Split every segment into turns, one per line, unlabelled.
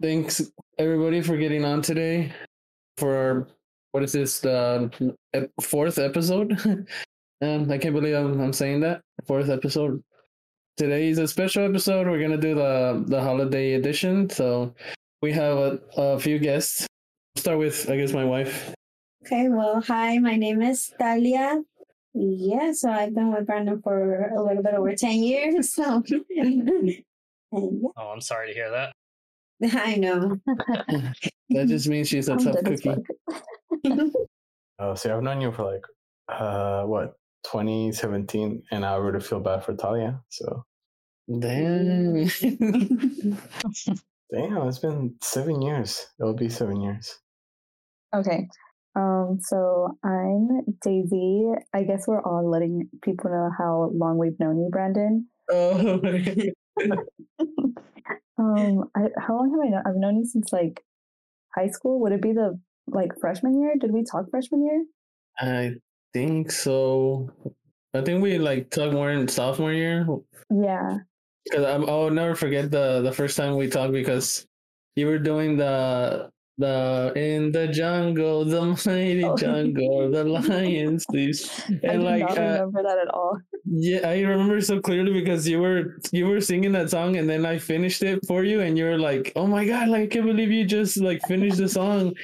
thanks everybody for getting on today for our what is this the ep- fourth episode? and I can't believe I'm, I'm saying that fourth episode. Today is a special episode. We're gonna do the the holiday edition. So we have a, a few guests. start with I guess my wife.
Okay, well, hi, my name is Talia. Yeah, so I've been with Brandon for a little bit over 10 years. So, and yeah,
Oh, I'm sorry to hear that.
I know.
That just means she's a
I'm
tough
dead as
cookie.
fuck.
Oh, see, I've known you for like, uh, what, 2017, and I really feel bad for Talia. So,
Damn.
damn, it's been seven years. It'll be seven years.
Okay. Um, so I'm Daisy. I guess we're all letting people know how long we've known you, Brandon.
oh my God.
Um, I, how long have I known? I've known you since like high school. Would it be the like freshman year? Did we talk freshman year?
I think so. I think we like talked more in sophomore year
Yeah.
because I'm I'll never forget the the first time we talked because you were doing the the in the jungle the mighty
Oh.
jungle the lion sleeps
I do
and like
not
uh,
remember that at all.
yeah I remember so clearly because you were you were singing that song and then I finished it for you and you were like oh my god like I can't believe you just like finished the song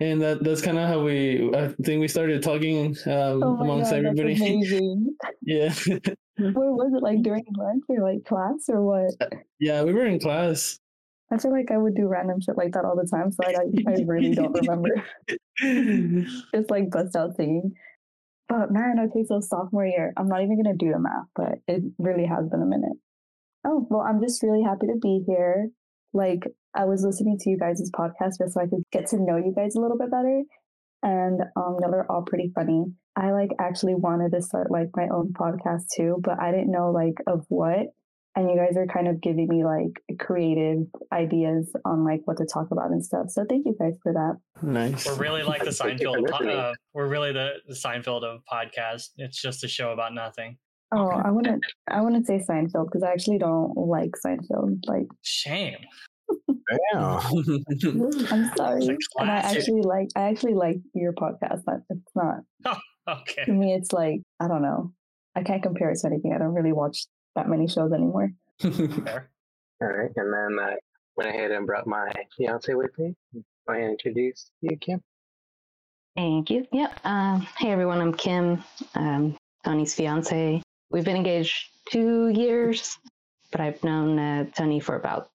and that that's kind of how we I think we started talking um,
Oh my
amongst
God, that's
everybody.
amazing.
Yeah,
Where was it? Like during lunch or like class or what?
Uh, yeah, we were in class.
I feel like I would do random shit like that all the time. So like, I, I really don't remember. just like bust out singing. But man, okay, so sophomore year, I'm not even gonna do the math, but it really has been a minute. Oh well, I'm just really happy to be here. Like I was listening to you guys' podcast just so I could get to know you guys a little bit better, and um, y'all are all pretty funny. I like actually wanted to start like my own podcast too, but I didn't know like of what. And you guys are kind of giving me like creative ideas on like what to talk about and stuff. So thank you guys for that.
nice.
We're really like the
Thank you for
Seinfeld. po-
listening.
Uh, we're really the, the Seinfeld of podcast. It's just a show about nothing.
Oh, I wouldn't. I wouldn't say Seinfeld because I actually don't like Seinfeld. Like,
Shame.
Oh.
Damn.
I'm sorry.
It's a
And I
classic.
actually like. I actually like your podcast. That it's not to
Okay.
me. It's like I don't know. I can't compare it to anything. I don't really watch that many shows anymore.
Fair.
All right, and then I went ahead and brought my fiance with me. I introduced you, Kim.
Thank you. Yep. Um, hey, everyone. I'm Kim, um, Tony's fiance. We've been engaged two years, but I've known uh, Tony for about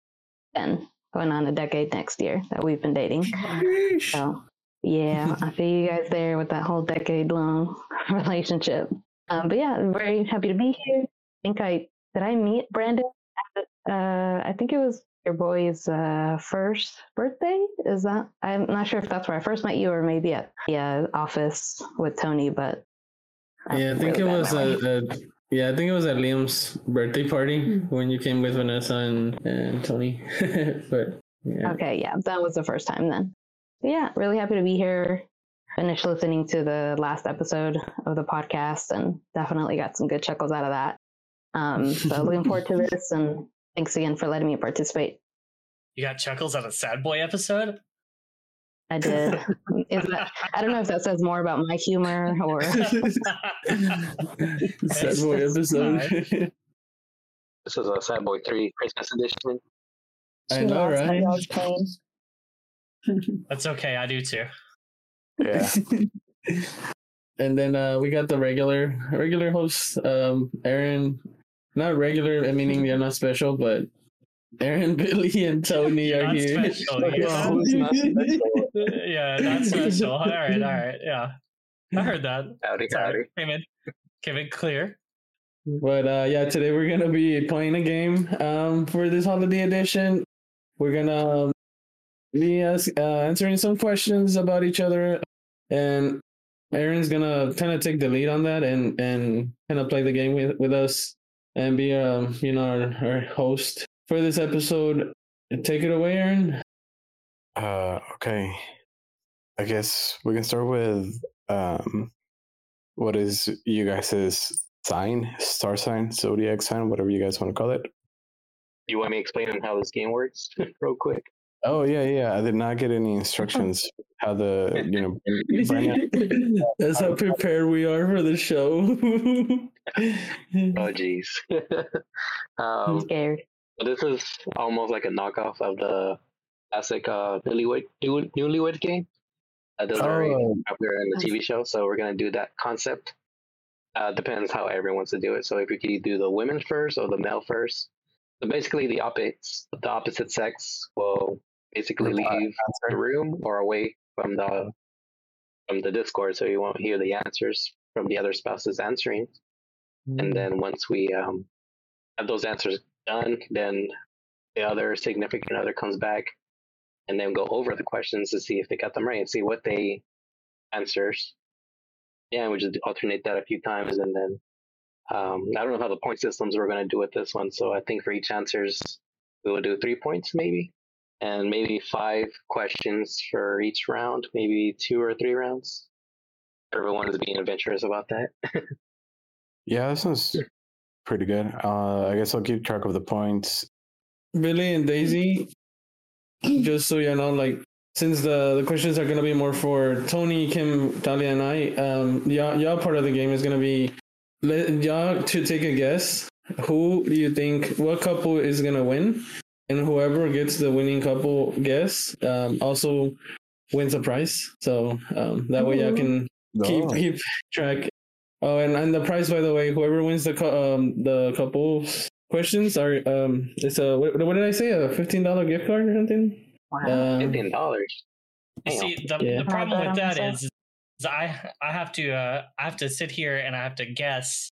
10, going on a decade next year that we've been dating. So, yeah, I see you guys there with that whole decade long relationship. Um, but yeah, I'm very happy to be here. I think I did I meet Brandon at the, uh, I think it was your boy's uh, first birthday. Is that? I'm not sure if that's where I first met you or maybe at the uh, office with Tony, but. I'm
yeah, I think
really
it
bad
was uh,
at memory.
at, at- yeah, I think it was at Liam's birthday
Hmm.
party when you came with Vanessa and, and Tony. but yeah,
Okay, yeah, that was the first time then. But yeah, really happy to be here. Finished listening to the last episode of the podcast and definitely got some good chuckles out of that. Um, so looking forward to this and thanks again for letting me participate.
You got chuckles at a sad boy episode?
I did. Is that, I don't know if that says more about my humor or
sad boy
It's-
episode.
This is a Sad Boy 3 Christmas edition.
I
She
know,
laughs at
right?
y'all's pain.
That's okay. I do too.
Yeah.
and then uh, we got the regular regular hosts, um, Aaron. Not regular, meaning they're not special, but Aaron, Billy, and Tony
You're
are
not
here.
special. You're
Yeah.
not-
Who's not special?
yeah, not special. All right, all right. Yeah. I heard that.
Howdy, howdy.
Sorry. Came in, came in clear.
But uh, yeah, today we're gonna be playing a game um, for this holiday edition. We're gonna um, be ask, uh, answering some questions about each other, and Aaron's gonna kind of take the lead on that and and kind of play the game with, with us and be um you know our, our host for this episode. Take it away, Aaron.
Uh, okay. I guess we can start with um, what is you guys' sign, star sign, zodiac sign, whatever you guys want to call it.
You want me to explain how this game works real quick?
Oh yeah, yeah. I did not get any instructions how the you know Brenna-
That's how prepared we are for the show.
Oh, jeez.
I'm
um,
scared.
but this is almost like a knockoff of the classic uh, newlywed new, newlywed game. Uh, those are already
Oh.
popular in the
I
TV show, so we're gonna do that concept. Uh, depends how everyone wants to do it. So if you could do the women first or the male first. So basically, the opposite the opposite sex will basically
Reply.
leave the room or away from the from the Discord, so you won't hear the answers from the other spouses answering.
Mm.
And then once we um, have those answers done, then the other significant other comes back and then go over the questions to see if they got them right and see what they answers. Yeah, we just alternate that a few times and then um, I don't know how the point systems we're going to do with this one. So I think for each answers, we will do three points maybe, and maybe five questions for each round, maybe two or three rounds. Everyone is being adventurous about that.
Yeah, that sounds pretty good. Uh, I guess I'll keep track of the points.
Billy and Daisy, just so you know, like since the, the questions are gonna be more for Tony, Kim, Talia, and I, um, y'all, y'all part of the game is gonna be let y'all to take a guess. Who do you think? What couple is gonna win? And whoever gets the winning couple guess um, also wins a prize. So um, that way y'all can keep
Oh,
keep track. Oh, and, and the prize, by the way, whoever wins the cou- um the couple questions are um it's a what, what did I say a fifteen dollar gift card or something? Um,
Fifteen dollars.
See,
Yeah.
the, the
Not
problem
bad
with
on
that
myself.
is, is I I have to uh, I have to sit here and I have to guess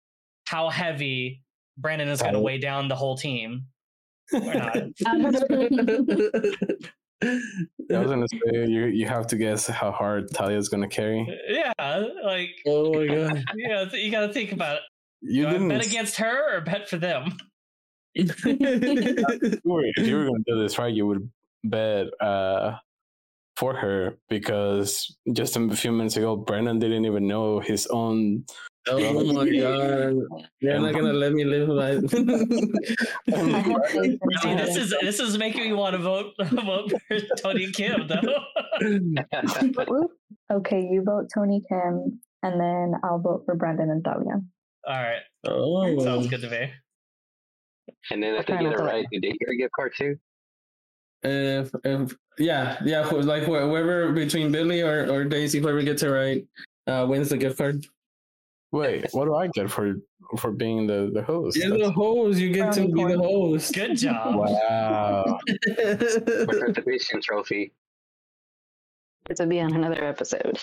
how heavy Brandon is going to
Right.
weigh down the whole team. Or not.
I was gonna say you you have to guess how hard Talia's gonna carry.
yeah, like
oh my god!
yeah, you got to think about it.
You
Do I
didn't.
bet against her or bet for them?
Wait, if you were gonna do this right, you would bet uh, for her because just a few minutes ago, Brennan didn't even know his own
oh my god! They're not gonna let me live
I have
life.
faith in
See, this
Tyler.
is this is making me want to vote vote for Tony Kim though.
Okay, you vote Tony Kim, and then I'll vote for Brendan and Thalia.
All right,
oh,
sounds good to me.
and then if they
Okay,
get it
that's all right.
right, do they get a gift card too?
If, if yeah, yeah, who- like wh- whoever between Billy or, or Daisy, whoever gets it right, uh, wins the gift card.
Wait, what do I get for for being the the host?
You're the host. You get to be
Brownie
the
point.
host.
Good job.
wow.
Participation trophy.
This will be on another episode.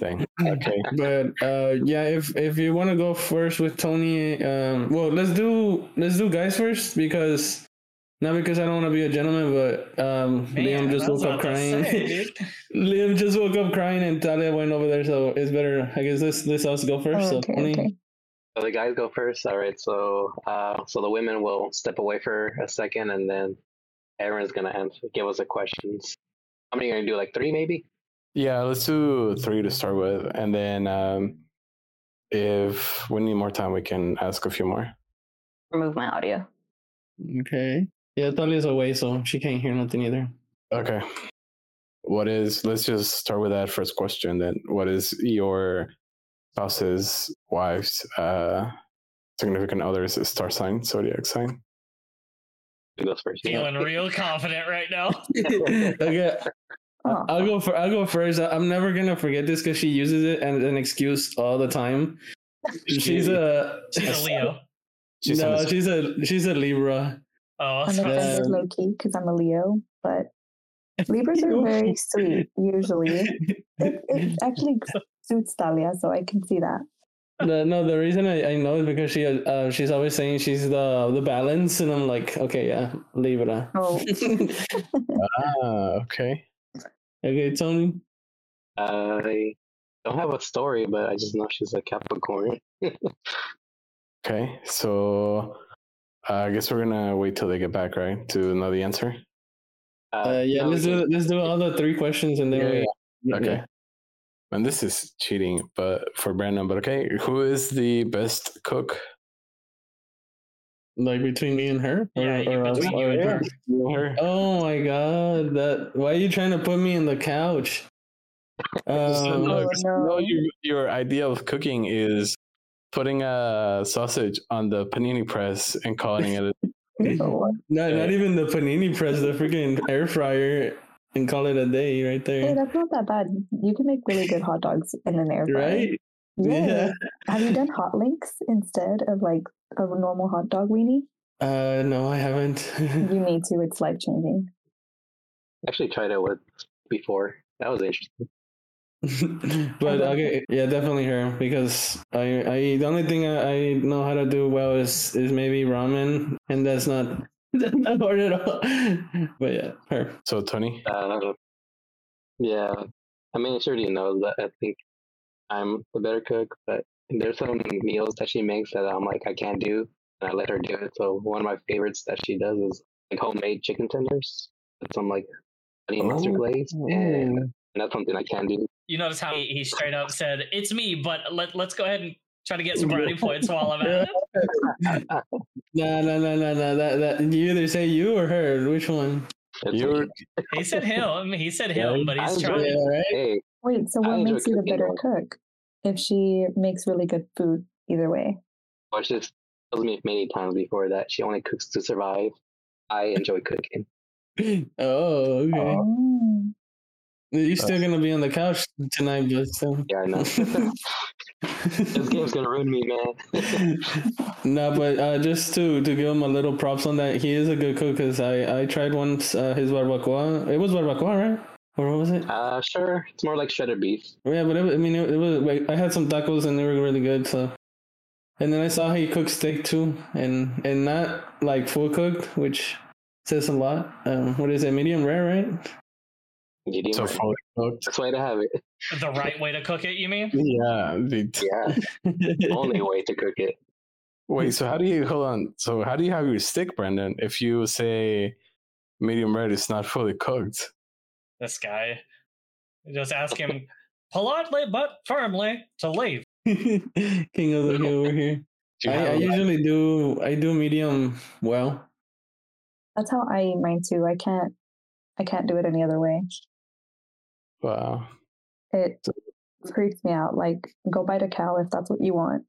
Thing. Okay.
but uh, yeah, if if you want to go first with Tony, um, well, let's do let's do guys first because not because I don't want to be a gentleman, but um, Liam
Man,
just
I was
woke up
about to
crying.
say, dude.
Liam just woke up crying, and Talia went over there, so it's better. I guess this this us go first.
Oh,
so
okay,
Tony,
okay.
So the guys go first. All right. So uh, so the women will step away for a second, and then everyone's gonna answer, give us the questions. How many are you gonna do? Like three, maybe.
Yeah, let's do three to start with, and then um, if we need more time, we can ask a few more.
Remove my audio.
okay, yeah, Talia's away, so she can't hear nothing either.
Okay. What is? Let's just start with that first question. Then, what is your spouse's wife's uh, significant other's star sign, zodiac sign?
Who goes first?
Feeling real confident right now.
okay,
Oh,
I'll go for I'll go first. I- I'm never gonna forget this because she uses it as an excuse all the time. She's a
She's a Leo.
She's
no,
on the-
she's a she's a Libra.
Oh,
I'm offended
Um,
low key because I'm a Leo, but Libras are very sweet usually. It, it actually suits Thalia, so I can see that.
no, no, the reason I, I know is because she uh, she's always saying she's the the balance, and I'm like, okay, yeah, Libra.
Oh,
ah, okay.
okay, Tony.
I don't have a story, but I just know she's a Capricorn.
Okay, so uh, I guess we're gonna wait till they get back, right, to know the answer.
Uh, yeah,
no,
let's
we
do let's do all the three questions, and then
Yeah,
we
Okay. And this is cheating, but for Brandon, but okay, who is the best cook?
Like between me and her? Or-
Yeah, you
or us?
between you
Oh,
and
yeah.
her.
Oh my god, that why are you trying to put me in the couch?
So,
Um,
look,
no.
no, your, your idea of cooking is putting a sausage on the panini press and calling it. a-
So,
not, not even the panini press, the freaking air fryer, and call it a day right
hey,
there.
that's not that bad. You can make really good hot dogs in an air fryer.
Right?
Yeah. Have you done hot links instead of like a normal hot dog weenie?
Uh, no, I haven't.
You need to. It's life changing.
Actually, tried it with before. That was interesting.
but
Okay.
okay, yeah, definitely her because I, I the only thing I, I know how to do well is is maybe ramen, and that's not that's not hard at all. But yeah, her.
So Tony,
Uh, yeah, I mean, she already knows that I think I'm the better cook, but there's some meals that she makes that I'm like I can't do, and I let her do it. So one of my favorites that she does is like homemade chicken tenders with some like honey and mustard
Oh.
glaze, and, and that's something I can do.
You notice how he, he straight up said, "It's me," but let let's go ahead and try to get some brownie points while I'm at it.
No, no, no, no, no. That that you either say you or her. Which one?
It's
you're
like,
He said him. He said him, but he's
Yeah.
trying.
right.
hey,
Wait, so
I
what
enjoy
makes you the
cooking,
better
though.
cook if she makes really good food either way?
watch this. Tells me many times before that she only cooks to survive. I enjoy cooking.
Oh, okay.
Uh,
Oh.
You're still gonna be on the couch tonight, but still.
Yeah, I know. this game's gonna ruin me, man.
no, but uh, just to to give him a little props on that, he is a good cook. Cause I I tried once uh, his barbacoa. It was barbacoa, right? Or what was it?
uh, sure. It's more like shredded beef.
Yeah, but it, wa- I mean, it, it was. Like, I had some tacos and they were really good. So, and then I saw he cooked steak too, and and not like full cooked, which says a lot. Um, what is it? Medium rare, right?
Medium
so
rare.
fully cooked.
That's the way to have it.
The right way to cook it, you mean?
Yeah. the-
Yeah, only way to cook it.
Wait. So how do you hold on? So how do you have your stick, Brendan? If you say medium rare, it's not fully cooked.
This guy. Just ask him politely but firmly to leave.
King of the hill over here.
Do you
I, I
have-
usually do. I do medium well.
That's how I eat mine too. I can't I can't do it any other way.
wow.
It freaks me out. Like go bite a cow if that's what you want.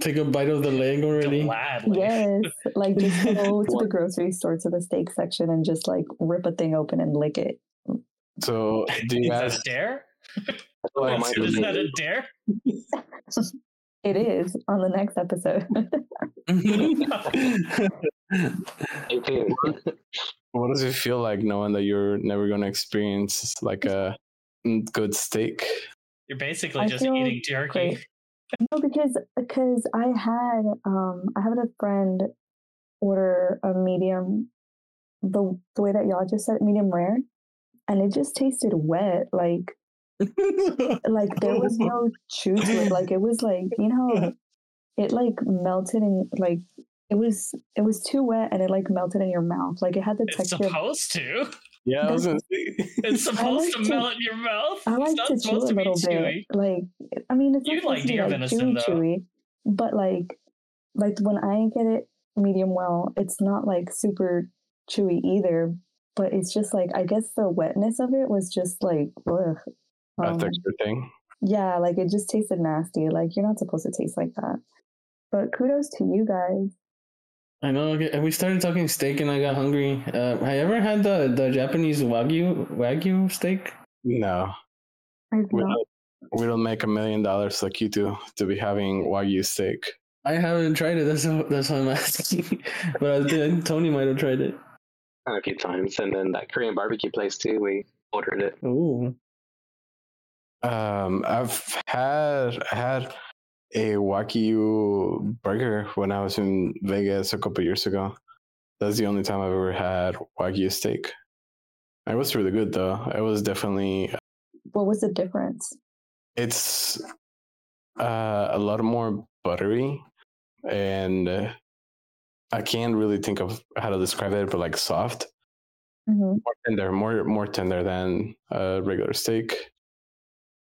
Take a bite of the leg already.
Gladly.
Yes. Like just go to the
What?
grocery store to the steak section and just like rip a thing open and lick it.
So do
Is
you
that
ask?
a dare?
Oh,
Wait,
my
so
Is
Absolutely.
that a dare?
It is on the next episode.
Eighteen.
What does it feel like knowing that you're never going to experience like a mm, good steak?
You're basically
I
just
feel
eating jerky.
great. No, because because I had um I had a friend order a medium the the way that y'all just said it, medium rare. And it just tasted wet. Like like there was no chew to it. Like it was like you know, it like melted and like it was it was too wet and it like melted in your mouth. Like it had the
It's
texture. of-
supposed to.
Yeah, I was gonna
It's supposed
like
to
to-
melt in your mouth.
I like
it's not
to chew
supposed
a
to be
little
chewy.
bit. Like I mean, it's not
You like
supposed to be
deer
like
venison,
chewy,
though.
chewy, but like like when I get it medium well, it's not like super chewy either. But it's just like I guess the wetness of it was just like ugh.
a
Um,
texture thing.
Yeah, like it just tasted nasty. Like you're not supposed to taste like that. But kudos to you guys.
I know. okay, We started talking steak, and I got hungry. Uh, I ever had the, the Japanese wagyu wagyu steak?
No,
I've
we
uh
not.
don't, we don't make a million dollars like you do to be having wagyu steak.
I haven't tried it. That's that's why I'm asking. but I think Tony might have tried it.
a few times, and then that Korean barbecue place too. We ordered it.
Ooh.
Um, I've had I had a wagyu burger when I was in Vegas a couple years ago. That's the only time I've ever had wagyu steak. It was really good though. It was definitely
What was the difference?
it's uh, a lot more buttery and uh, i can't really think of how to describe it but like soft
hmm
more tender more more tender than a regular steak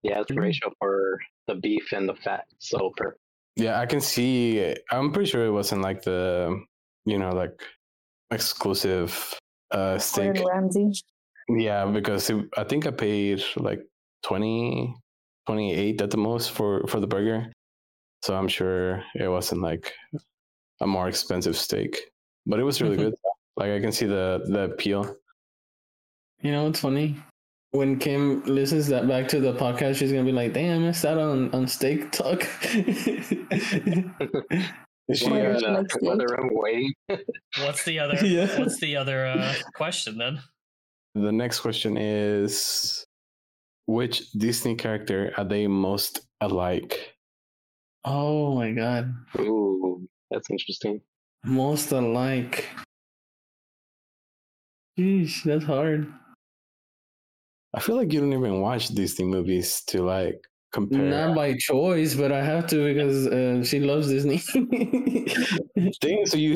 Yeah, it's the ratio for the beef and the fat. So perfect.
Yeah, I can see. I'm pretty sure it wasn't like the, you know, like exclusive uh steak.
Gordon Ramsay.
Yeah, because it, I think I paid like 20, 28 at the most for for the burger. So I'm sure it wasn't like a more expensive steak, but it was really
Mhm.
good. Like I can see the the appeal.
You know what's funny? When Kim listens that back to the podcast, she's gonna be like, "Damn, I missed out on on steak talk."
Is she,
Why did
uh,
We're in
you
a-
like steak?
another room way.
What's the other?
Yeah.
What's the other uh, question then?
the next question is, which Disney character are they most alike?
oh my god,
Ooh, that's interesting.
most alike. Jeez, that's hard.
I feel like you don't even watch Disney movies to like compare.
Not by choice, but I have to because uh, she loves Disney.
Dang, so you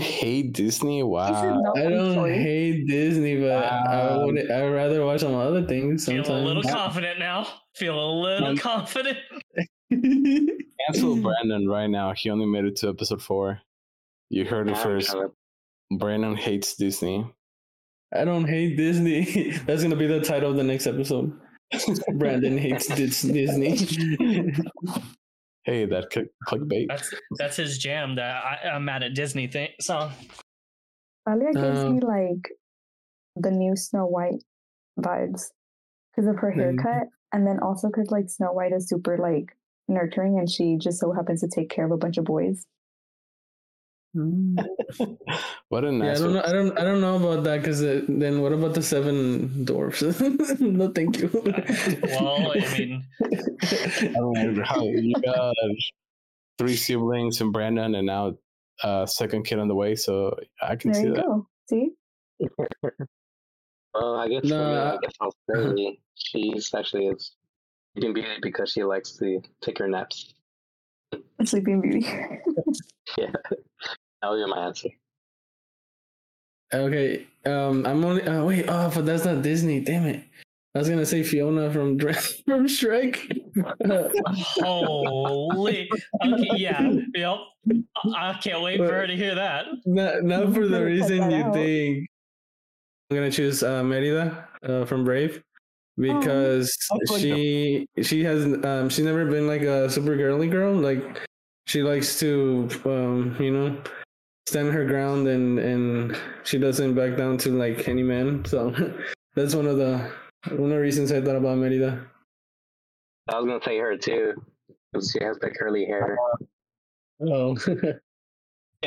hate Disney?
He said
Wow.
not
Uh, I
by
don't
choice.
hate Disney, but I
Wow.
would. I would rather watch some other things
Um, Feel
sometimes.
a little confident now. Feel a little
Um,
confident.
Cancel Brandon right now. He only made it to episode four. You heard it
I'm
first.
trying to-
Brandon hates Disney.
I don't hate Disney. That's gonna be the title of the next episode. Brandon hates Dis- Disney.
Hey, that click, clickbait.
That's that's his jam. That I, I'm mad at Disney thing song.
Talia gives
Um,
me like the new Snow White vibes because of her
Then-
haircut, and then also because like Snow White is super like nurturing, and she just so happens to take care of a bunch of boys.
What
yeah,
a
I
nice
don't know. I don't. I don't know about that. Cause uh, then what about the seven dwarfs? no, thank you.
Uh, Well, I mean,
how you got three siblings and Brandon, and now uh, second kid on the way. So I can
There
see
you
that.
go. See,
Well, I guess for me,
Nah.
I guess I'll say she's actually is. You can be it because she likes to take her naps.
Sleeping Beauty.
That'll be my answer.
okay. Um, I'm only. Uh, wait. Oh, but that's not Disney. Damn it. I was gonna say Fiona from Dra- from Shrek. Uh,
holy. Okay, yeah. Yep. I, I can't wait for her to hear that.
not, not for the
Cut
reason
that
you
out.
think. I'm gonna choose uh, Merida uh, from Brave because
that's like
she she has um, she's never been like a super girly girl. Like she likes to um, you know stand her ground and and she doesn't back down to like any man. So that's one of the one of the reasons I thought about Merida.
I was gonna say her too, because she has the curly hair.
Oh,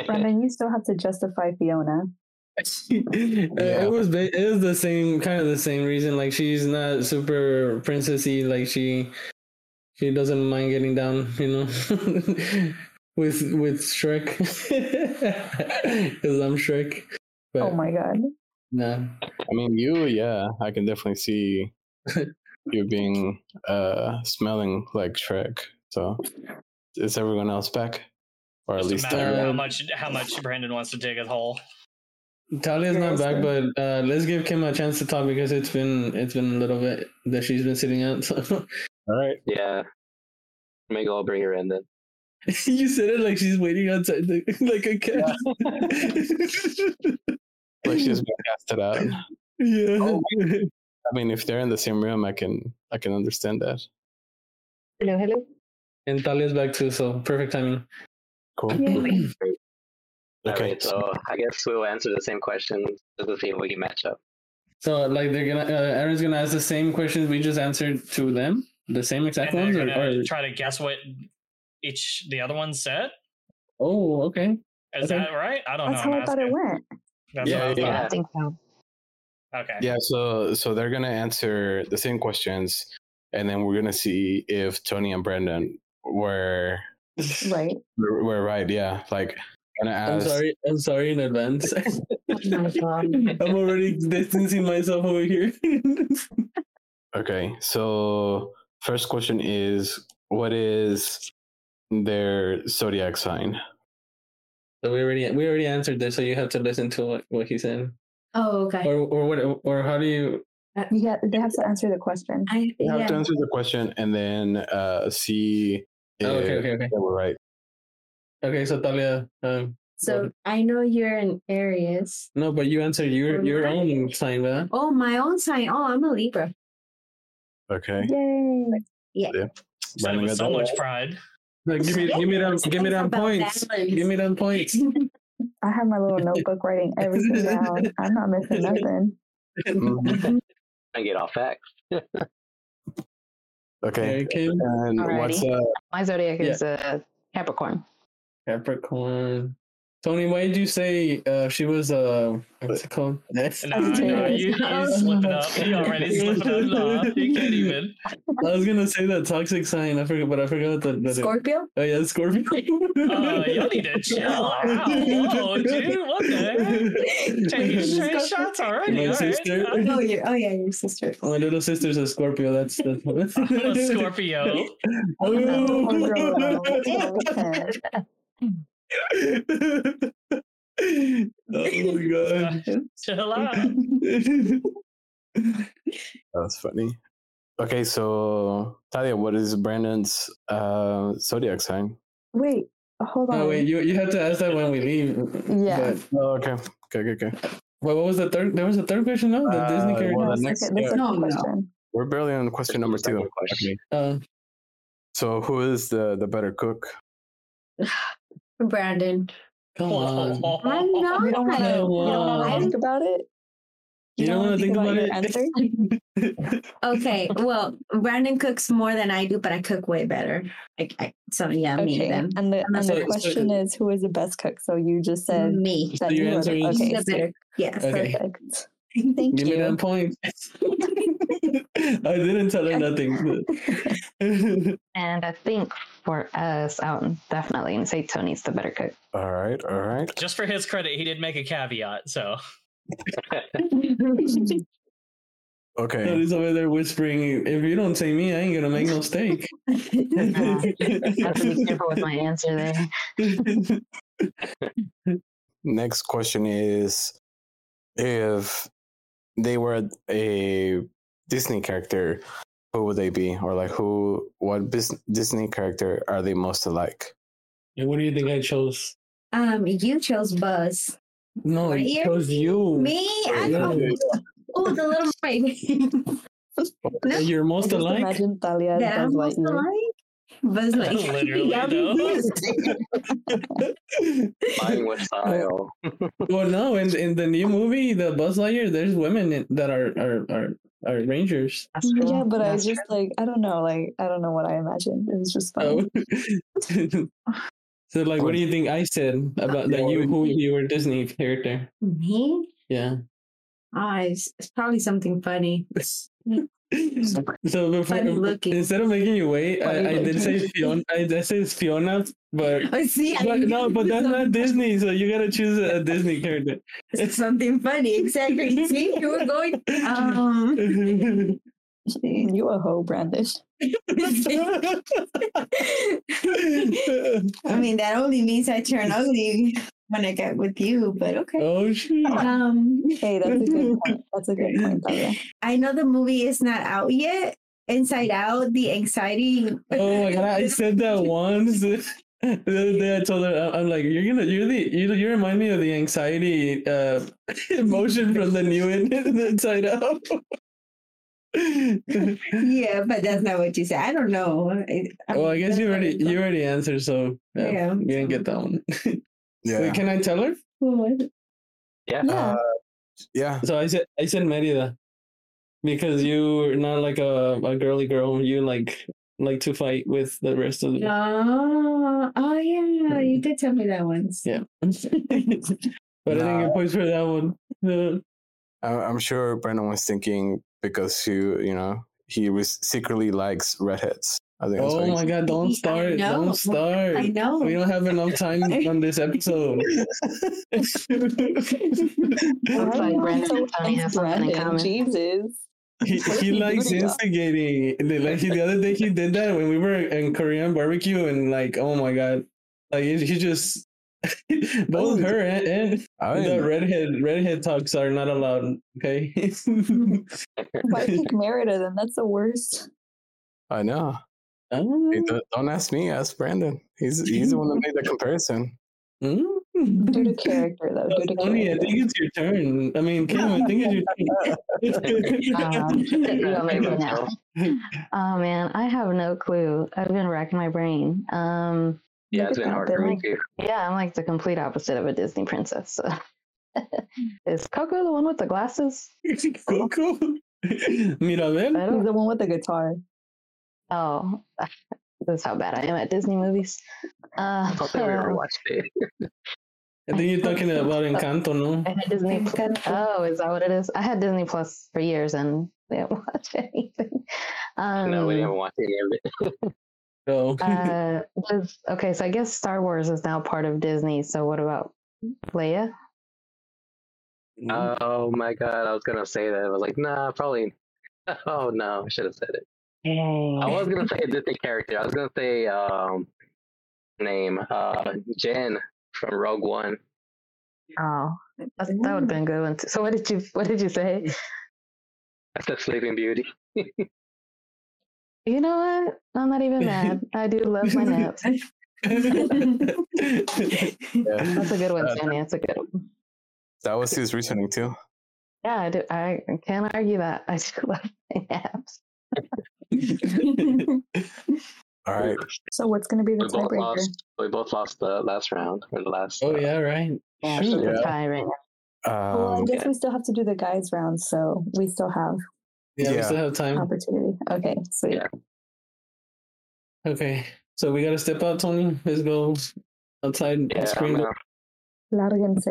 Brandon, you still have to justify Fiona.
Uh, it was ba- it was the same kind of the same reason. Like she's not super princessy. Like she she doesn't mind getting down, you know, with with Shrek because I'm Shrek. But
Oh my god.
nah.
I mean, you, yeah, I can definitely see you being uh, smelling like Shrek. So is everyone else back? Or at
Just
least
a matter of
uh,
how much how much Brandon wants to dig a hole.
Talia's not back,
Seriously.
but uh, let's give Kim a chance to talk because it's been it's been a little bit that she's been sitting out. So
all right.
Yeah. Maybe I'll bring her in then.
you said it like she's waiting outside, the, like a cat.
Like she's been casted out. I
yeah.
Oh, mean, if they're in the same room, I can I can understand that.
Hello, hello.
And Talia's back too, so perfect timing.
Cool.
Yay.
All
Hmm. Okay.
right, so I guess we'll answer the same question just to see if we can match up.
So like they're gonna, uh, Aaron's gonna ask the same questions we just answered to them, the same exact
and
ones.
they're
Or,
gonna
or-
try to guess what each the other one said.
oh, okay.
Is
Okay.
that right? I don't
That's
know.
how I
I'm
thought it
asking.
went.
That's
Yeah,
what I
Yeah,
thought.
I think so.
Okay.
Yeah, so so they're gonna answer the same questions, and then we're gonna see if Tony and Brandon were
Right.
were were right. Yeah, like gonna
I'm
ask.
sorry. I'm sorry in advance.
Oh my God.
I'm already distancing myself over here.
Okay, so first question is, what is their zodiac sign?
so we already we already answered this, so you have to listen to what, what he said,
Oh, okay.
or or what or how do you?
You have, they have to answer the question.
I,
You have to
yeah.
answer the question and then uh, see if
Oh, okay, okay, okay.
they were right.
Okay, so Talia, um,
So I know you're in Aries.
no, but you answered your your own sign, with
Oh, my own sign. Oh, I'm a Libra.
Okay.
Yay!
Said it
Brandon
with
got
so
that?
much pride.
Like, give me give me them give me them
About
points.
balance.
Give me them points.
I have my little notebook writing everything down. I'm not missing nothing.
Mhm.
I get off X.
Okay.
Okay, Kim,
And what's
Alrighty.
uh
My zodiac is uh, Capricorn.
Capricorn. Tony, why did you say uh, she was uh, what's it called?
No, no, you, you slip it up. He already slipped it up. You can't even.
I was gonna say that toxic sign. I forgot, but I forgot that. that it-
Scorpio?
oh yeah, Scorpio.
Oh, y'all need to chill out. Whoa, dude, what the heck? Taking straight shots already.
My
All right.
sister.
I'm
Oh, you oh yeah, your sister.
My little sister's a Scorpio. That's that's.
a Scorpio.
Oh, okay.
oh my god.
Chill out.
That's funny. Okay, so Talia, what is Brandon's uh zodiac sign?
Wait, hold on.
Oh wait, you you have to ask that when we leave.
Yeah.
But,
Oh, okay. Okay, okay, okay.
well, what was the third? There was a third question. No, the Disney
Uh,
character.
well,
No,
the
second-
next-
the
yeah.
second
No, no.
question.
We're barely on question number two.
Second question.
Okay.
Uh,
So who is the the better cook?
Brandon.
come on.
I'm not.
You don't want to
Come
I
on.
think about it?
You don't
wanna
want to think about
your
it.
answer?
Okay, well, Brandon cooks more than I do, but I cook way better. I, I, so yeah, me
Okay.
then.
And the, and
So-
the
so-
question is who is the best cook? So you just said
me.
So
that
your
you are
answer
the,
is-
okay,
The better. Yes.
Okay.
perfect. Thank
Give me
you.
that point. I didn't tell her nothing.
And I think for us, I'm definitely going to say Tony's the better cook.
All right, all right.
Just for his credit, he did make a caveat. So
Okay.
Tony's over there whispering, if you don't say me, I ain't gonna make no steak.
I have to be careful with my answer there.
Next question is if they were a Disney character, who would they be? Or like who what bis- Disney character are they most alike?
and what do you think I chose?
Um, you chose Buzz.
No,
Right
I
here?
chose you.
Me? I
Yeah.
don't. Oh, the little mermaid. No.
You're
I
most
just
alike.
imagine Thalia
that
does
I'm
like
most
you.
alike? Buzz like.
literally, though.
Buying with style.
well, no, in, in the new movie, the Buzz Lightyear, there's women in, that are are, are are rangers.
That's true.
Yeah, but I
That's
was just like, I don't know, like, I don't know what I imagined. It was just fun.
So, Um, so like, what do you think I said about that? You who you were Disney character?
Me?
Yeah.
Ah, it's, it's probably something funny. Oh,
So before,
Funny looking.
instead of making you wait,
Funny
I, I did say Fiona. I, I said Fiona, but
I see. I
but
knew
no,
it
but
was
that's
something-
not Disney. So you gotta choose a, a Disney character.
It's something funny. Exactly. See, you were going. Um,
You a hoe, Brandon.
I mean, that only means I turn ugly when I get with you, but okay.
oh shit!
Um,
Hey, that's a good point. That's a good point, Thalia.
I know the movie is not out yet. Inside Out, the anxiety.
Oh my god! I said that once. The other day, I told her, I- "I'm like, you're gonna, you're the, you, you remind me of the anxiety uh, emotion from the new in, Inside Out."
yeah, but that's not what you said. I don't know. I,
well, I guess
that's
you
not
already,
what-
you already answered, so uh,
Yeah.
you didn't get that one.
Yeah.
Wait, can I tell her?
Yeah.
Uh, yeah.
So I said, I said Merida, because you're not like a, a girly girl. You like like to fight with the rest of the.
Oh, oh yeah, you did tell me that once.
Yeah. but I didn't
Nah.
get points for that one. No.
I- I'm sure Brandon was thinking because he, you know, he was secretly likes redheads. I think. That's
Oh my god,
I
don't start.
know.
Don't start.
I know.
We don't have enough time on this episode.
Looks like
Why
Brandon
so
and Tony have something in
Brandon,
common.
Jesus.
he,
What is
he
he
likes
doing now?
instigating. The- Like he, the other day he did that when we were in Korean barbecue and like, oh my god. Like he, he just both her and, and
I
the
didn't-
redhead redhead talks are not allowed. Okay.
If I pick Merida, then that's the worst.
I know.
Oh.
Hey, don't- don't ask me. Ask Brandon. He's he's the one that made the comparison.
Mm.
Do the character though. Do the
Tony, I
character.
think it's your turn. I mean, Kim, I think it's your
Um,
turn.
well, maybe not. Oh man, I have no clue. I've been racking my brain. Um,
Yeah, it's been hard for me too.
yeah, I'm like the complete opposite of a Disney princess. So. Is Coco the one with the glasses?
Um, Coco. Mirabel.
I
He's
don't.
the one with the guitar.
Oh, that's how bad I am at Disney movies. Uh,
I thought they were watched it.
I think you're talking about Encanto, no?
I had Disney. Pl- oh, is that what it is? I had Disney Plus for years and didn't watch anything. Um,
No, we didn't watch any of it.
No.
uh, does, okay, so I guess Star Wars is now part of Disney. So what about Leia?
Uh,
Oh my god, I was gonna say that. I was like, nah, probably. Oh no, I should have said it. I was gonna say a Disney character. I was gonna say um name uh Jen from Rogue One.
Oh, that, that would have been a good one. Too. So what did you what did you say?
I said Sleeping Beauty.
You know what? I'm not even mad. I do love my naps.
Yeah.
That's a good one,
Uh,
Tony. That's a good one.
That was his reasoning too.
Yeah, I do. I can't argue that. I do love my naps.
All right.
So what's gonna be the
We both
tiebreaker?
lost. We both lost the last round or the last.
oh
uh,
yeah, right.
Yeah, it's just
Yeah.
a tie right now.
well, I
Um,
guess we still have to do the guys round, so we still have
Yeah, we
Yeah.
still have time.
opportunity. Okay, sweet.
Yeah.
Okay, so we gotta step out, Tony. Let's go outside.
Yeah, I'm
screen.
gonna-
Largense.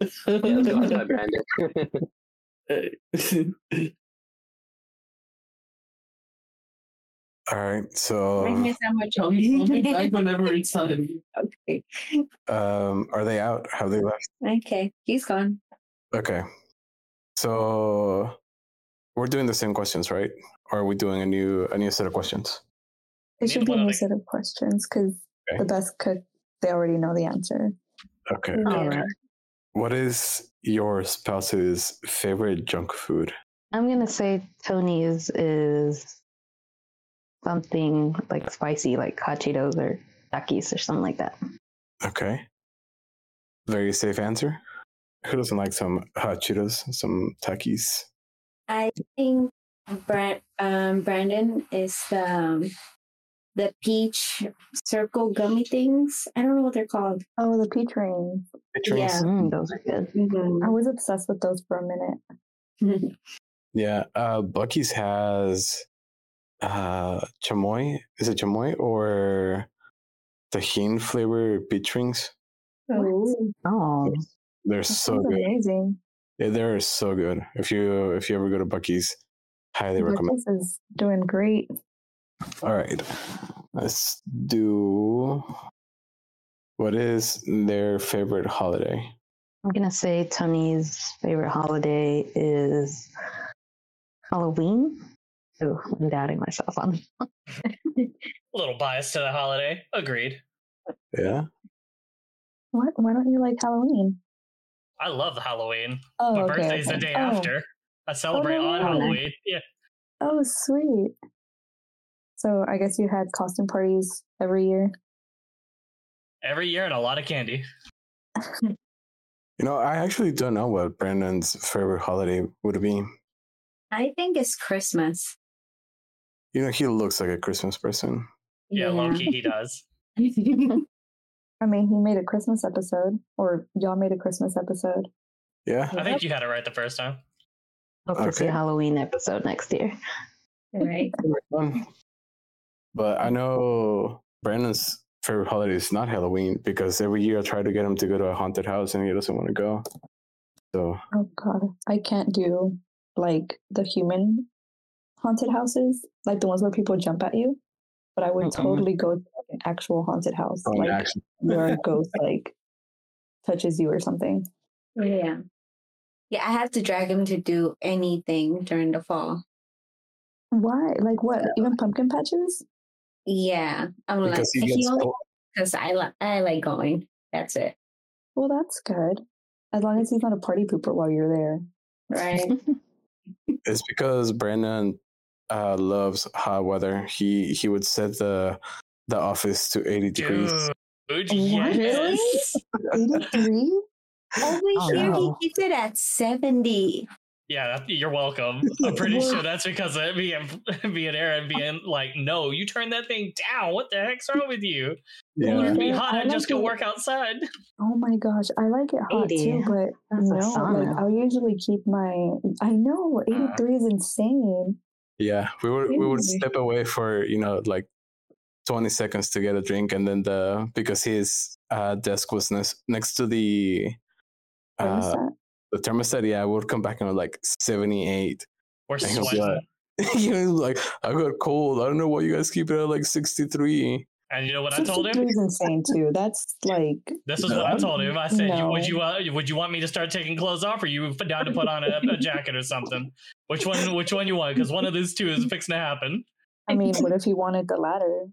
yeah, let's go outside, Brandon.
all right. So,
Make a sandwich.
I whenever it's time.
okay.
um, are they out? Have they left?
Okay. He's gone.
Okay. So, we're doing the same questions, right? Or are we doing a new a new set of questions?
It should be a new
Meanwhile-
set of questions because
Okay.
the best cook they already know the answer.
Okay.
All right.
What is your spouse's favorite junk food?
I'm gonna say Tony's is something like spicy, like hot Cheetos or Takis or something like that.
Okay. Very safe answer. Who doesn't like some hot Cheetos, some Takis?
I think Brand, um, Brandon is the um, the peach circle gummy things. I don't know what they're called.
Oh, the peach rings.
Yeah.
Mm, those are good.
I was obsessed with those for a minute.
Yeah. Uh, Bucky's has uh, chamoy. Is it chamoy or tajin flavor peach rings?
Oh.
Oh,
They're
That
so
sounds
good.
amazing.
Yeah, they're so good. If you if you ever go to Bucky's, highly
Your
recommend.
place is doing great.
All right, let's do. What is their favorite holiday?
I'm gonna say Tony's favorite holiday is Halloween. Ooh, I'm doubting myself on.
A little bias to the holiday. Agreed.
Yeah.
What? Why don't you like Halloween?
I love Halloween.
Oh,
My
okay,
birthday's the
okay.
day
Oh,
after. I celebrate
no
on
wonder.
Halloween. Yeah.
Oh, sweet. So I guess you had costume parties every year.
Every year and a lot of candy.
You know, I actually don't know what Brandon's favorite holiday would be.
I think it's Christmas.
You know, he looks like a Christmas person.
Yeah, low key he does.
I mean, he made a Christmas episode, or y'all made a Christmas episode.
Yeah.
I think you had it right the first time.
Hope to see
Okay.
a Halloween episode next year.
right.
Um, But I know Brandon's favorite holiday is not Halloween because every year I try to get him to go to a haunted house and he doesn't want to go. So
Oh God, I can't do like the human haunted houses, like the ones where people jump at you. But I would
Mm-mm.
totally go to like, an actual haunted house,
Oh,
like
Max.
where a ghost like touches you or something.
Yeah. Yeah, I have to drag him to do anything during the fall.
Why? Like what? Even pumpkin patches?
Yeah. I'm
because
like
he
he
gets
only
oh,
because I like I like going. That's it.
Well, that's good. As long as he's not a party pooper while you're there.
Right.
it's because Brandon uh, loves hot weather. He he would set the the office to 80 degrees.
Dude,
What?
yes.
83? Over
Oh,
here,
no.
he keeps it at 70.
Yeah, that- you're welcome. I'm pretty sure that's because of me and me and Aaron being like, "No, you turn that thing down. What the heck's wrong with you?
Yeah.
It'd be hot. I
I
just
like
go
it.
work outside."
Oh my gosh, I like it hot
80.
too, but
That's a
no, like
sauna.
I'll usually keep my. I know
Uh,
eighty three is insane.
Yeah, we would we would
Really?
step away for you know like twenty seconds to get a drink, and then the because his uh, desk was next next to the uh,
thermostat.
the thermostat. Yeah, I would come back and like seventy eight.
We're
I hope
sweating,
not. he was like, I got cold. I don't know why you guys keep it at like sixty three.
and you know what I told
63
him?
is insane too. That's like
This is what I told him. I said,
No.
"Would you uh, would you want me to start taking clothes off, or you down to put on a, a jacket or something? Which one? Which one you want? Because one of these two is fixing to happen.
I mean, what if he wanted the latter?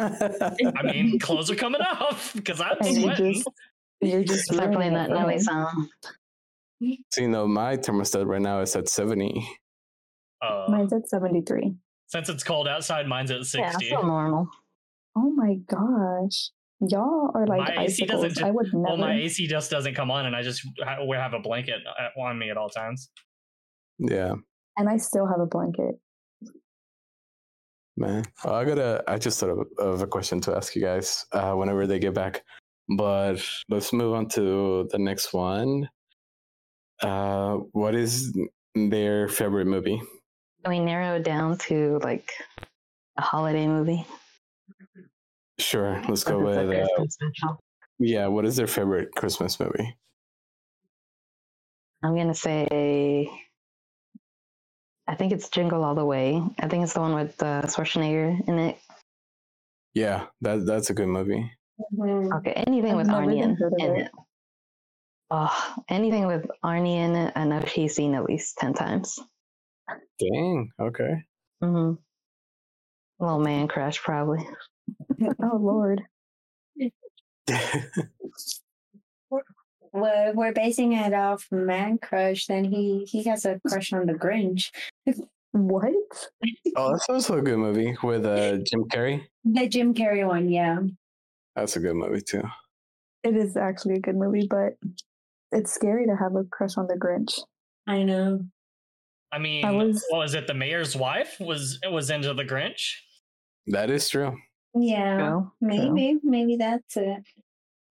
I mean, clothes are coming off because I'm
And you
sweating.
just you're just
Start playing
ruining
that
it for
Nelly
him.
song.
so, you know, my thermostat right now is at seventy.
Uh,
Mine's at seventy three.
since it's cold outside, mine's at
Yeah,
sixty.
so normal.
Oh my gosh. Y'all are like
My AC doesn't
icicles.
ju-
I would never.
well, my AC just doesn't come on, and I just ha- we have a blanket uh, on me at all times.
Yeah,
and I still have a blanket.
man. Oh, I gotta. I just thought of, of a question to ask you guys uh, whenever they get back. But let's move on to the next one. Uh, what is their favorite movie?
Can we narrow it down to like a holiday movie?
Sure, let's go with.
Since it's a
Uh,
Christmas special.
yeah, what is their favorite Christmas movie?
I'm gonna say, I think it's Jingle All the Way. I think it's the one with uh, Schwarzenegger in it.
Yeah, that that's a good movie.
Okay, anything
I've
with
never
Arnie
even
in
heard of
in
it.
it. Oh, anything with Arnie in it, I know she's seen at least ten times.
Dang. Okay.
Mm-hmm.
hmm Little man crush, probably.
Oh Lord.
Well, we're basing it off Man Crush, then he, he has a crush on the Grinch.
What?
oh, that's also a good movie with uh, Jim Carrey.
The Jim Carrey one, yeah.
That's a good movie too.
It is actually a good movie, but it's scary to have a crush on the Grinch.
I know.
I mean,
was-
what was it? The mayor's wife was was into the Grinch.
That is true.
Yeah.
No,
Maybe, maybe that's it.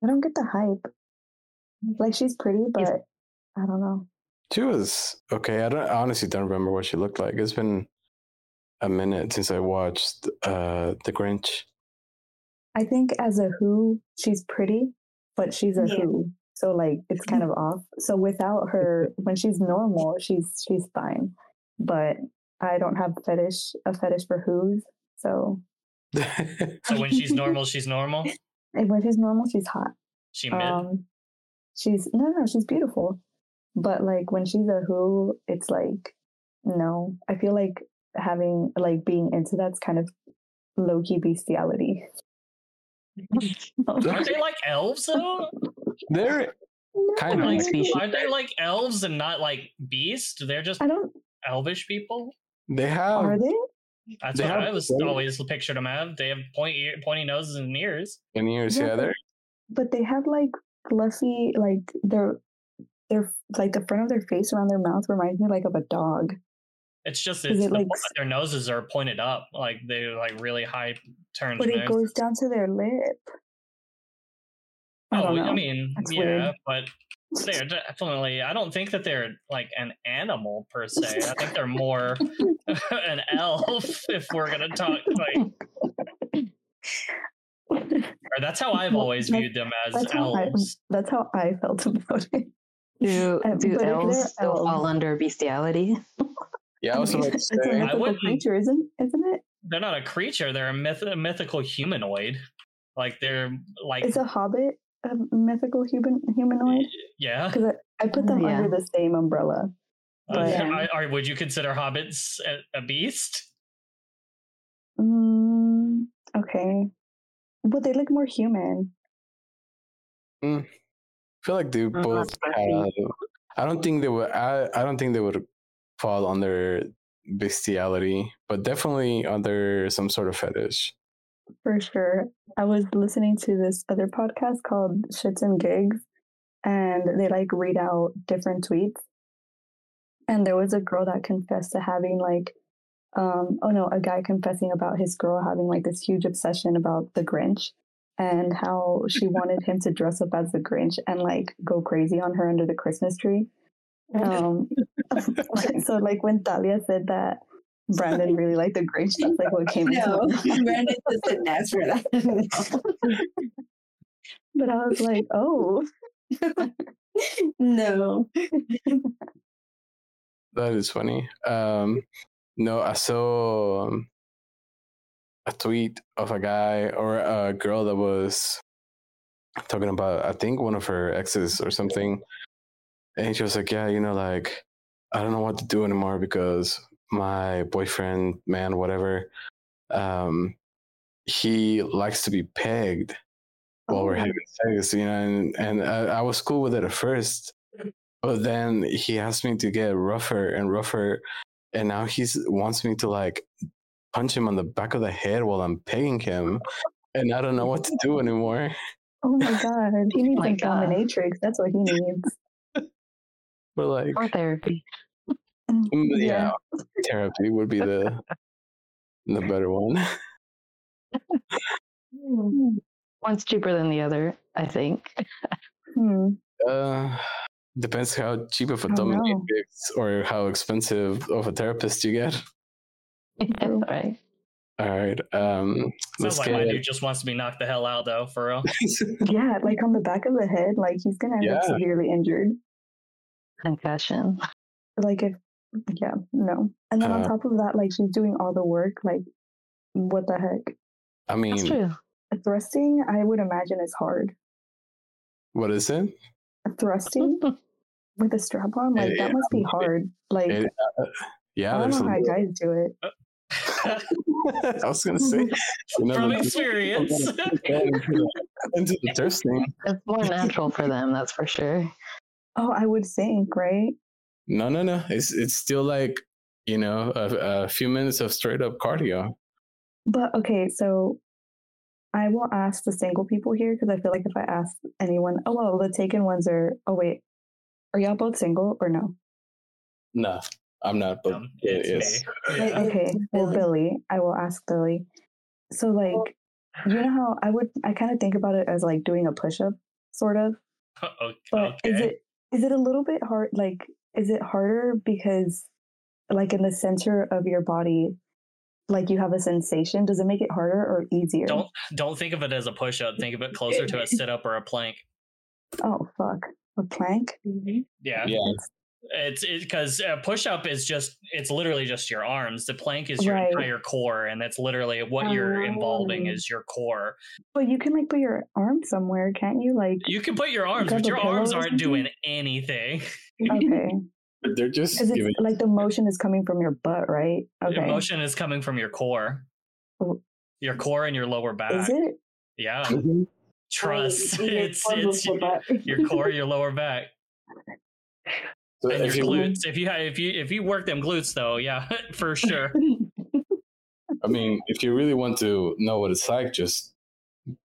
I don't get the hype. Like she's pretty,
Is-
but I don't know.
She was okay. I don't I honestly don't remember what she looked like. It's been a minute since I watched uh, The Grinch.
I think as a who, she's pretty, but she's a
Yeah.
who. So like it's kind of off. So without her, when she's normal, she's she's fine. But I don't have fetish a fetish for who's. So
So when she's normal, she's normal.
and when she's normal, she's hot.
She mid.
Um, she's no, no, she's beautiful. But like when she's a who, it's like no. I feel like having like being into that's kind of low key bestiality.
Aren't they like elves though?
They're Kind of
No,
Like,
species.
aren't they like elves and not like beasts? They're just
I don't.
elvish people.
they have
Oh.
Are they?
That's
They
what
have
I was
point-
always pictured them as. They have point ear, pointy noses and ears.
in years. Yeah,
Yeah.
they're
but they have like fluffy like their their like the front of their face around their mouth reminds me like of a dog
It's just
Is
it's
it
the
like
point
s-
that their noses are pointed up, like they're like really high turned
but it
nose.
goes down to their lip I
oh,
don't
I
know.
mean,
That's
yeah,
weird.
but they're definitely. I don't think that they're like an animal per se. I think they're more an elf. If we're gonna talk, like, or that's how I've
Well,
always
that-
viewed them as
that's how I-
elves.
that's how i felt about it
Do
Uh, but if
do
they're
elves still
elves-
fall under bestiality?
yeah. I
I
was
mean,
about to
it's a
say
mythical
wouldn't-
creature isn't isn't it
They're not a creature. They're a, myth- a mythical humanoid. Like they're like
is a hobbit a mythical human humanoid
yeah.
because I, I put them
Yeah.
under the same umbrella
Uh,
but-
I- or would you consider hobbits a, a beast?
mm, okay but they look more human
I feel like they
Uh-huh.
Mm,
both.
that's
have- I don't think they would. I, I don't think they would fall under bestiality, but definitely under some sort of fetish.
For sure. I was listening to this other podcast called Shits and Gigs, and they like read out different tweets. And there was a girl that confessed to having like, um, oh no, a guy confessing about his girl having like this huge obsession about the Grinch and how she wanted him to dress up as the Grinch and like go crazy on her under the Christmas tree. Um, so like when Talia said that Brandon really liked the Grinch, that's like what came into
No,
my mind.
Brandon doesn't ask for that.
But I was like, oh,
no.
That is funny. Um, no, I saw um, a tweet of a guy or a girl that was talking about, I think, one of her exes or something. And she was like, Yeah, you know, like, I don't know what to do anymore because my boyfriend, man, whatever, um, he likes to be pegged while we're
Oh.
having sex, you know, and, and I, I was cool with it at first. But then he asked me to get rougher and rougher. And now he's wants me to like punch him on the back of the head while I'm pegging him. And I don't know what to do anymore.
oh my God, he needs
my
a
uh,
God.
dominatrix. That's what he needs.
But like,
or therapy.
mm, yeah, therapy would be the the better one.
Mm-hmm.
One's cheaper than the other, I think.
Hmm.
Uh, depends how cheap of a
I don't know.
dominatrix or how expensive of a therapist you get.
That's right.
All right. Um,
Sounds
let's
like my
get-
dude just wants to be knocked the hell out though, for real.
Yeah, like on the back of the head, like he's gonna end up
Yeah.
severely injured.
Concussion.
Like if yeah, no. And then on
Uh,
top of that, like she's doing all the work, like what the heck?
I
That's
mean,
true.
Thrusting, I would imagine is hard.
what is it?
Thrusting with a strap on, like
It-
that
it-
must be
it-
hard. Like
It- uh,
I
yeah,
don't
there's
know how
a,
guys do it.
I was gonna say you know,
From
like,
experience.
yeah, into the- into the thirsting.
It's more natural for them, that's for sure.
Oh, I would think, right?
No, no, no. It's it's still like you know a, a few minutes of straight up cardio.
But okay, so I will ask the single people here because I feel like if I ask anyone, oh well, the taken ones are. Oh wait, are y'all both single or no?
No, I'm not. But
Um,
it
it's
is.
me. Yeah.
Okay, well, Billy, I will ask Billy. So, like, you know how I would, I kind of think about it as like doing a push up, sort of.
Okay.
But is it is it a little bit hard? Like, is it harder because, like, in the center of your body, like you have a sensation? Does it make it harder or easier?
Don't don't think of it as a push up. Think of it closer to a sit up or a plank.
Oh fuck, a plank.
Yeah,
Yeah,
it's because a push up is just it's literally just your arms. The plank is your
Right.
entire core, and that's literally what you're involving
Oh.
is your core.
But you can like put your arm somewhere, can't you? Like,
You can put your arms,
Grab
but
a
your
pillow
arms
or
aren't
something?
doing anything.
okay,
But they're just
because
giving.
it's like the motion is coming from your butt, right? Okay,
Emotion is coming from your core,
Oh.
your core and your lower back.
is it?
Yeah,
Mhm.
trust.
Like,
it's
your
it's
horrible
your,
butt.
your core, your lower back,
So
and
if
your
you,
glutes. If you had if you if you work them glutes though, yeah, for sure.
I mean, if you really want to know what it's like, just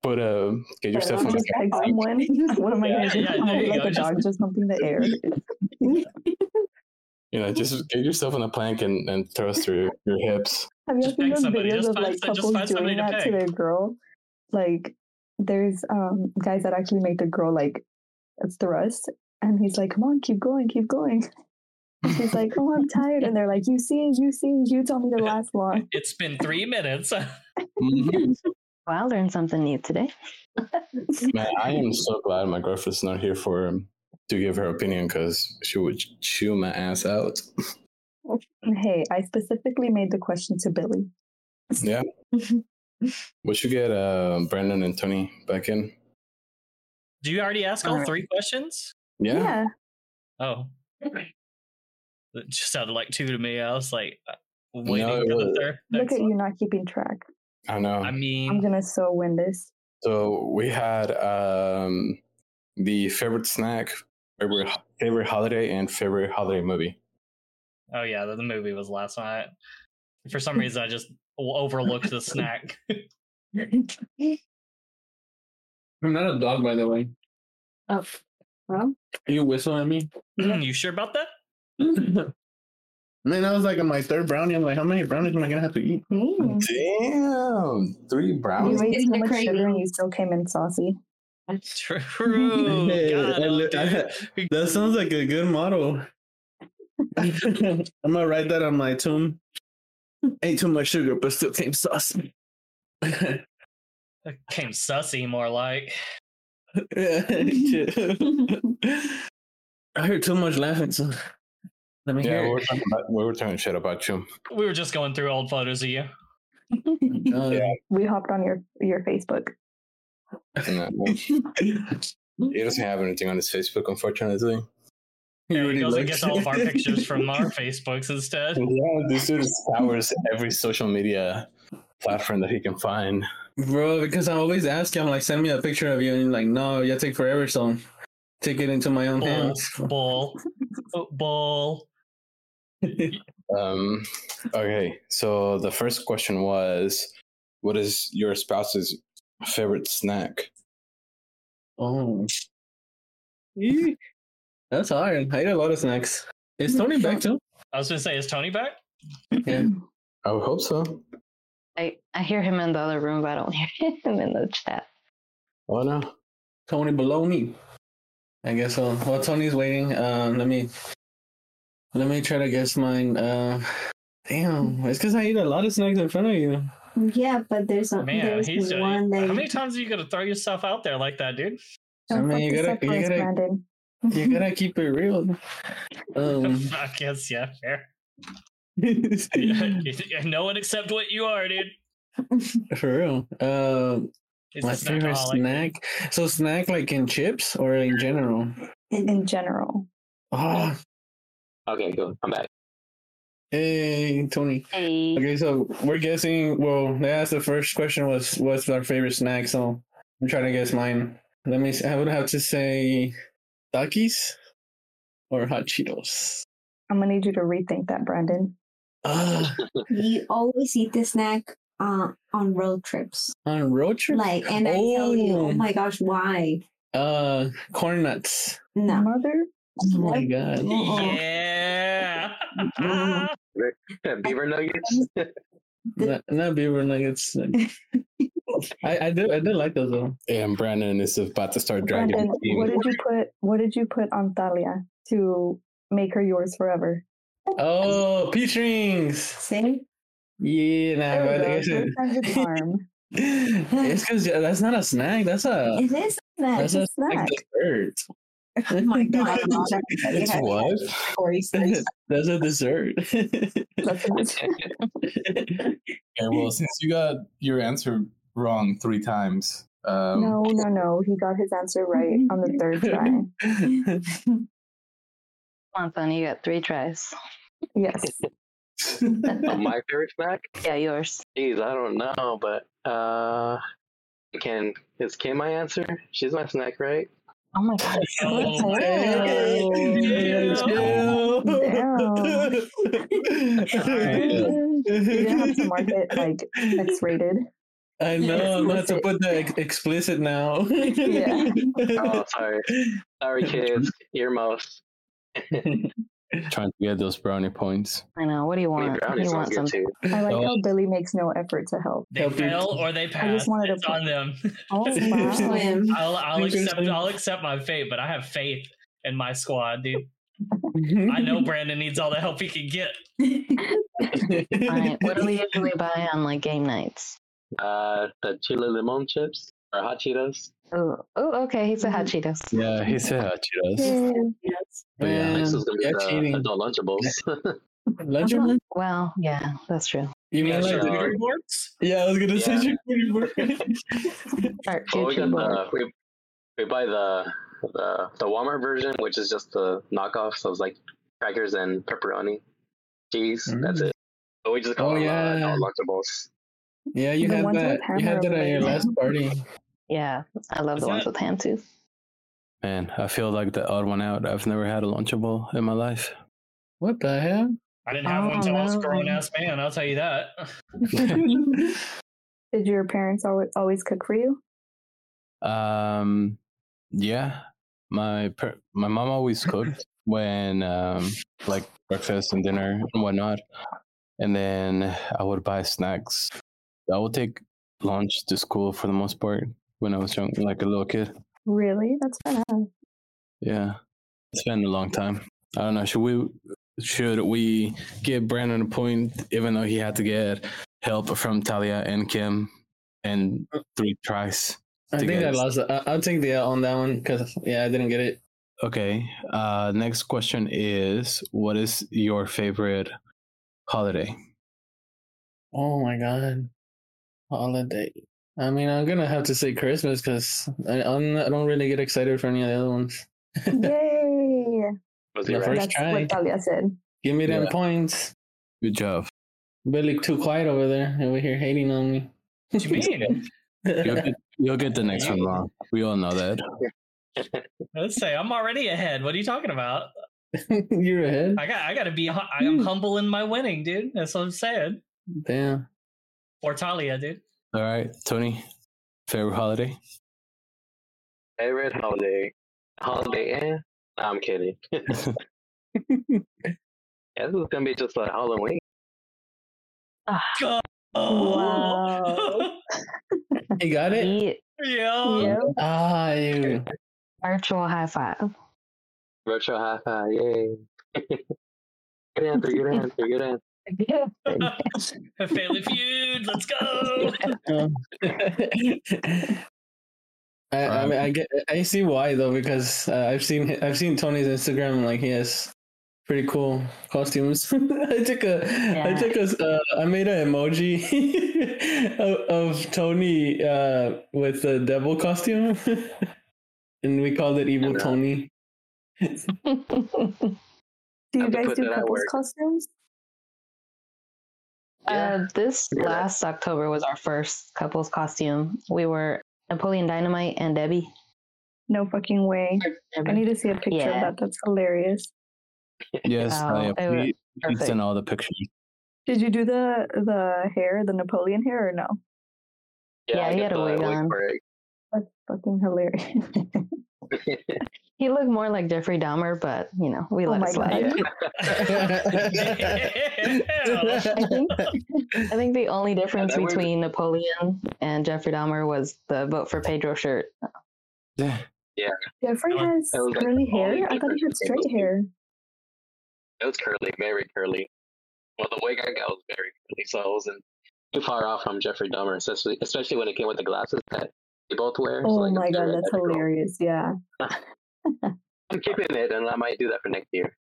put a get yourself on
Just
the
peg someone. What am I
Yeah,
gonna do?
yeah,
I'll
there
be
you
like
go,
a
just-
dog just humping the air.
you know just get yourself on a plank and and thrust your your hips.
Have you
Just
seen
peg
those
somebody,
videos
just
of
find-
like
just
couples
find somebody
doing
to
that to
peg.
their girl? Like, there's um guys that actually make the girl like thrust, and he's like, "Come on, keep going, keep going." And she's like, "Oh, I'm tired," and they're like, "You see, you see, you told me to last long."
It's been three minutes.
Mhm.
Well, I learned something new today.
Man, I am so glad my girlfriend's not here for um, to give her opinion because she would chew my ass out.
And hey, I specifically made the question to Billy.
Yeah. We should get uh, Brandon and Tony back in.
Do you already ask all
Alright.
three questions?
Yeah.
Oh. It just sounded like two to me. I was like uh, waiting
No, it
for the
was- Oh.
third.
look
next
at
one.
you not keeping track.
I know.
I
I'm
Mm.
mean,
gonna so win this.
so we had um, the favorite snack, favorite, favorite holiday, and favorite holiday movie.
Oh yeah, the, the movie was last night. For some reason, I just overlooked the snack.
I'm not a dog, by the way.
Oh, well,
You whistle at me.
Hmm, you sure about that?
and then I was like on my third brownie. I'm like, how many brownies am I gonna have to eat?
Mm.
Damn, three
You
brownies.
ate
Getting
so
the
much sugar and
cravings.
you still came in saucy.
that's
True.
Hey,
God,
I look- I-
dude.
That sounds like a good model. I'm gonna write that on my tomb. Ate too much sugar, but still came sauce.
That came sussy more like.
I heard too much laughing, so let me
Yeah, we
hear
were, talking about, we were talking shit about you.
We were just going through old photos of you.
it. Uh,
Yeah.
We hopped on your your Facebook.
And, uh, well, he doesn't have anything on his Facebook, unfortunately.
he
Yeah,
already
he goes and
likes
gets all of our
it.
pictures from our Facebooks instead.
Yeah, this dude scours every social media platform that he can find.
Bro, because I always ask him, like, send me a picture of you, and he's like, no, you take forever, so take it into my own
Bull,
hands.
bull, bull.
Um, okay, so the first question was, what is your spouse's favorite snack?
Oh. Eek. That's hard. I eat a lot of snacks. Is Tony back too?
I was gonna say, is Tony back?
Yeah.
I would hope so.
I, I hear him in the other room, but I don't hear him in the chat.
Oh no.
Tony below me. I guess so. While Tony's waiting, um, let me let me try to guess mine. Uh, damn, it's because I eat a lot of snacks in front of you.
Yeah, but there's, a,
Man,
Oh, there's
he's
one that
how
you-
many times are you gonna throw yourself out there like that, dude?
I
Don't
mean,
fuck
you
this
gotta-
up
you
for us,
gotta-
Brandon.
You gotta keep it real. Um,
I guess yeah, fair.
for
no one except what you are, dude.
real. Um,
He's
my
a
favorite
snackaholic.
snack. So snack like in chips or in general.
In general,
Ah,
Okay, good. I'm back.
hey Tony.
Hey.
Okay, so we're guessing. Well, they asked the first question was what's our favorite snack. So I'm trying to guess mine. Let me. s- I would have to say Takis or hot Cheetos.
I'm gonna need you to rethink that, Brandon.
Ah,
you always eat the snack uh, on road trips.
on road trip.
Like, and I tell you,
Oh.
oh my gosh, why?
Uh, corn nuts.
No.
Mother,
Oh my god.
Yeah.
Beaver nuggets.
oh.
Not, not beaver nuggets. I, I do I do like those though.
And Brandon is about to start dragging
Brandon,
the team.
what did you put? What did you put on Thalia to make her yours forever?
Oh, peach rings.
See?
Yeah, nah, but I
There we
guess
go.
it-
First time's a charm.
it's because that's not a snack. That's a
It is a snack.
that's
That's
a
a
snack
snack.
dessert.
Oh my god!
It's what?
that's a dessert.
That's enough.
Okay, well, since you got your answer wrong three times, um,
no, no, no. He got his answer right on the third try.
Come on, Tony, you got three tries.
Yes.
Oh, my favorite snack?
Yeah, yours.
Jeez, I don't know, but uh, can is Kim my answer? She's my snack, right?
Oh my god.
Oh,
What?
Hey, chill.
You didn't have to mark it like X-rated.
I know I'm not to
Explicit.
put the ex- explicit now.
Yeah.
Oh, sorry, sorry, kids, earmuffs.
trying to get those brownie points.
I know. What do you
I mean,
want? What do
brownies
you
sounds
want
good
some?
too.
I like
Oh.
how Billy makes no effort to help.
They
Help you.
fail or they pass.
wanted to
it's on them.
Oh
wow.
Swim.
I'll, I'll
Interesting.
accept. I'll accept my fate, but I have faith in my squad, dude. I know Brandon needs all the help he can get.
All right. What do we usually buy on like game nights?
Uh, the chile limon chips or hot Cheetos.
Oh, oh, okay. He's a hot Cheetos.
Yeah, he said Hachiras.
Man,
Next is gonna be
you're
the
cheating.
adult Lunchables.
Lunch
I'm
or
not-
lunch?
Well, yeah, that's true.
You
Yeah,
mean like
sure.
dinner?
charcuterie boards?
Yeah, I was gonna say
Yeah.
charcuterie board.
Our
well, we got
future board.
the Oh, uh, we, we buy the the the Walmart version, which is just the knockoff. So it's like crackers and pepperoni, cheese. That's
Mm.
it. But we just call
Oh,
them
yeah.
uh, adult Lunchables.
Yeah, you
The
had
ones with
that. You had
hammer
that at your
over
last party.
Yeah, I love
Is
the ones
that-
with ham too.
Man, I feel like the odd one out. I've never had a Lunchable in my life.
What the hell?
I didn't have
Oh,
one until I was a
no.
grown ass man. I'll tell you that.
Did your parents always always cook for you?
Um, yeah, my per- my mom always cooked when um like breakfast and dinner and whatnot, and then I would buy snacks. I would take lunch to school for the most part when I was young, like a little kid.
Really? That's badass.
Yeah, it's been a long time. I don't know. Should we should we give Brandon a point, even though he had to get help from Talia and Kim and three tries?
Uh, I
to
think
get
I
us-
lost. it. I- I'll take the L on that one because yeah, I didn't get it.
Okay. Uh, next question is What is your favorite holiday?
Oh my god, holiday. I mean, I'm gonna have to say Christmas because I, I'm not- I don't really get excited for any of the other ones.
Yay!
Was he
Yeah,
right?
First
That's
try.
what Talia said.
Give me them
Yeah.
points.
Good job.
Billy too quiet over there, over here hating on me.
What you mean?
You'll get, you'll get the next one wrong. We all know that.
Let's say I'm already ahead. What are you talking about?
You're ahead.
I got I got to be. hu- I am
Hmm.
humble in my winning, dude. That's what I'm saying.
Damn.
Or Talia, dude.
All right, Tony, favorite holiday?
Favorite holiday? Holiday? Eh? No, I'm kidding. yeah, this is gonna be just like Halloween.
Go.
Wow.
You got it.
Ye-
Yo.
Yeah.
Ah, you.
virtual high five. Uh,
Virtual high five, yay! good answer, good answer, good answer.
Family Feud. Let's go.
Um, I, I mean, I get, I see why though because uh, I've seen I've seen Tony's Instagram and like he has pretty cool costumes. I took a I
Yeah.
took a s- uh, I made an emoji of, of Tony uh, with the devil costume, and we called it Evil
Yeah.
Tony.
Do
Have
you
to
guys
put
do
that at
couples
work.
costumes?
Uh, this
Yeah.
last October was our first couple's costume. We were Napoleon Dynamite and Debbie.
No fucking way. I need to see a picture
Yeah.
of that. That's hilarious.
Yes,
Oh,
Talia,
it was
please, please send all the pictures.
Did you do the the hair, the Napoleon hair, or no?
Yeah,
I
he
get
had a
the
wig on.
for it.
That's fucking hilarious.
He looked more like Jeffrey Dahmer, but you know, we
oh
let
my
it slide.
god.
Oh,
Yeah.
I think I think the only difference
that wig-
between Napoleon and Jeffrey Dahmer was the vote for Pedro shirt.
Yeah.
Jeffrey
That
has
that was, like,
curly
all
hair.
the
I thought he had
difference between those
straight
two.
hair.
It was curly, very curly. Well, the wig I got was very curly, so I wasn't too far off from Jeffrey Dahmer, especially especially when it came with the glasses that they both wear. so,
Oh
like, it's
my god,
very
that's
ethical.
hilarious. Yeah.
I'm keeping it, and I might do that for next year.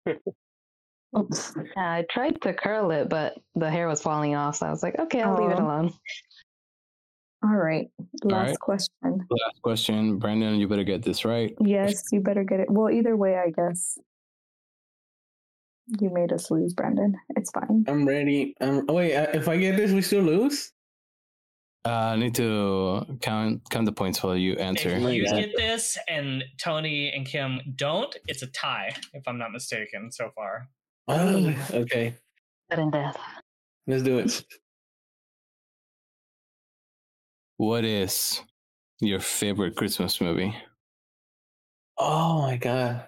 Oh,
Yeah, I tried to curl it, but the hair was falling off, so I was like, okay, I'll leave it
Oh.
alone.
All right. Last
right.
question.
Last question. Brandon, you better get this right.
Yes, you better get it. Well, either way, I guess. You made us lose, Brandon. It's fine.
I'm ready. Um, oh, wait, uh, if I get this, we still lose.
Uh, I need to count count the points while you answer.
If you
Yeah.
get this and Tony and Kim don't, it's a tie, if I'm not mistaken, so far.
Oh, okay.
But in death.
Let's do it.
What is your favorite Christmas movie?
Oh my god.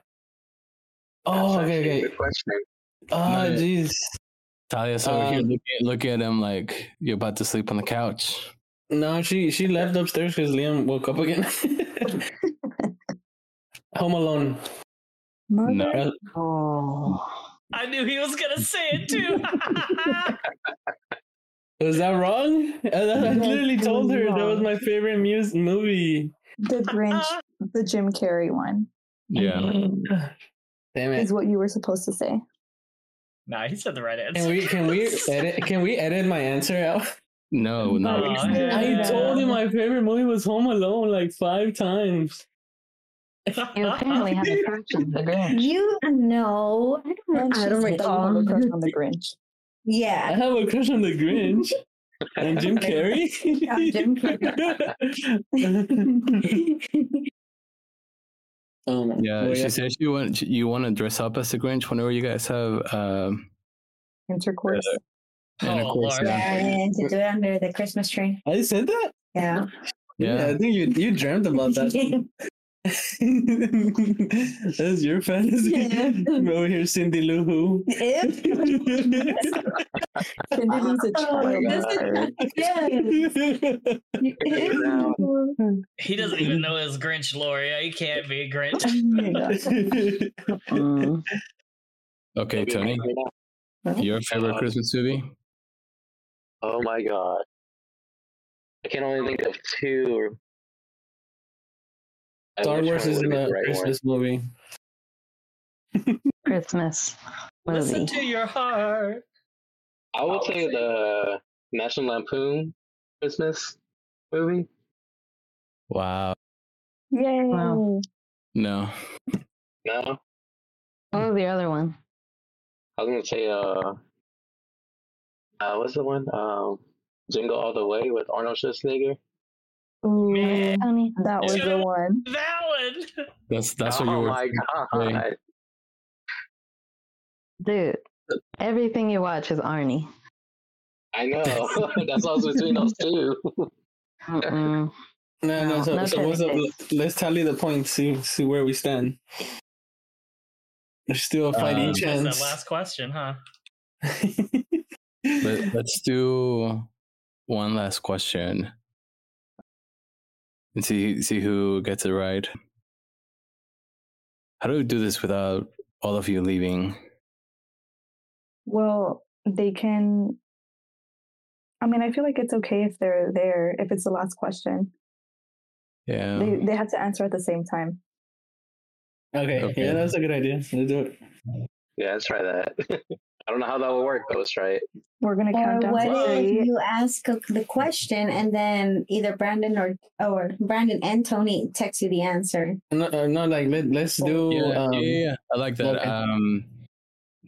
Oh,
That's
okay,
actually a
okay.
Good question.
Oh,
Not it.
jeez.
Talia's over here
Um,
looking, looking at him like you're about to sleep on the couch.
No, she she left upstairs because Liam woke up again. Home Alone.
Mother-
No.
Uh,
Oh.
I knew he was gonna say it too.
Was that wrong? I, I
Yes,
literally
it
told
was
her that was
wrong.
my favorite mus- movie.
The Grinch, the Jim Carrey one
Yeah.
Damn it.
is what you were supposed to say.
nah, he said the right answer.
Can we can we edit can we edit my answer out?
No, no.
Aw,
yeah.
I
yeah.
told him my favorite movie was Home Alone like five times.
You apparently have a crush on the Grinch.
You know, I don't, I don't
You have a crush
recall.
on the Grinch.
I
Yeah.
have a crush on the Grinch and Jim Carrey.
Yeah, Jim
oh my
Yeah,
well,
she says you want you want to dress up as the Grinch whenever you guys have um,
intercourse.
And of
Oh,
course,
Lord.
Yeah,
yeah.
and to do it under the Christmas tree.
I said that.
Yeah.
Yeah.
I think you you dreamt about that. That's your fantasy.
Yeah.
I'm over here, Cindy Lou Who.
Cindy Lou's a
Oh,
child.
this yeah.
Now,
Hmm,
He doesn't even know his Grinch, Gloria. He can't be a Grinch.
Mm.
Okay, Tony, your favorite
Uh,
Christmas movie?
Oh my god. I can only think of two. or- I
Star
wish
Wars
I
is
would've
not
been
a
the right one.
Christmas movie.
Christmas
Listen
movie.
to your heart.
I would say the National Lampoon Christmas movie.
Wow.
Yay.
Wow.
No.
No,
What was the other one?
I was gonna say uh, uh what's the one? Um, Jingle All the Way with Arnold Schwarzenegger.
Ooh,
Man.
Tony.
that was the one.
That one.
That's that's
oh
what you were.
my
saying.
god!
Dude, everything you watch is Arnie.
I know. That's what I was between those two.
Mm-mm.
No, no.
No,
So,
no
so what's up?
technically.
Let's tally the points. See see where we stand. There's still a fighting
Um,
That was
chance.
that last question, huh?
Let, let's do one last question and see see who gets it right. How do we do this without all of you leaving?
Well, they can. I mean, I feel like it's okay if they're there, if it's the last question.
Yeah.
They, they have to answer at the same time.
okay.
Okay.
Yeah, that's a good idea. Let's do it.
yeah, let's try that. I don't know how that will work, but let's try it.
We're going to
Or
count down
what
to
if
three.
you ask a- the question and then either Brandon or or Brandon and Tony text you the answer?
No, uh, no like let let's do.
yeah,
um,
yeah, yeah, yeah. I like that.
okay.
Um,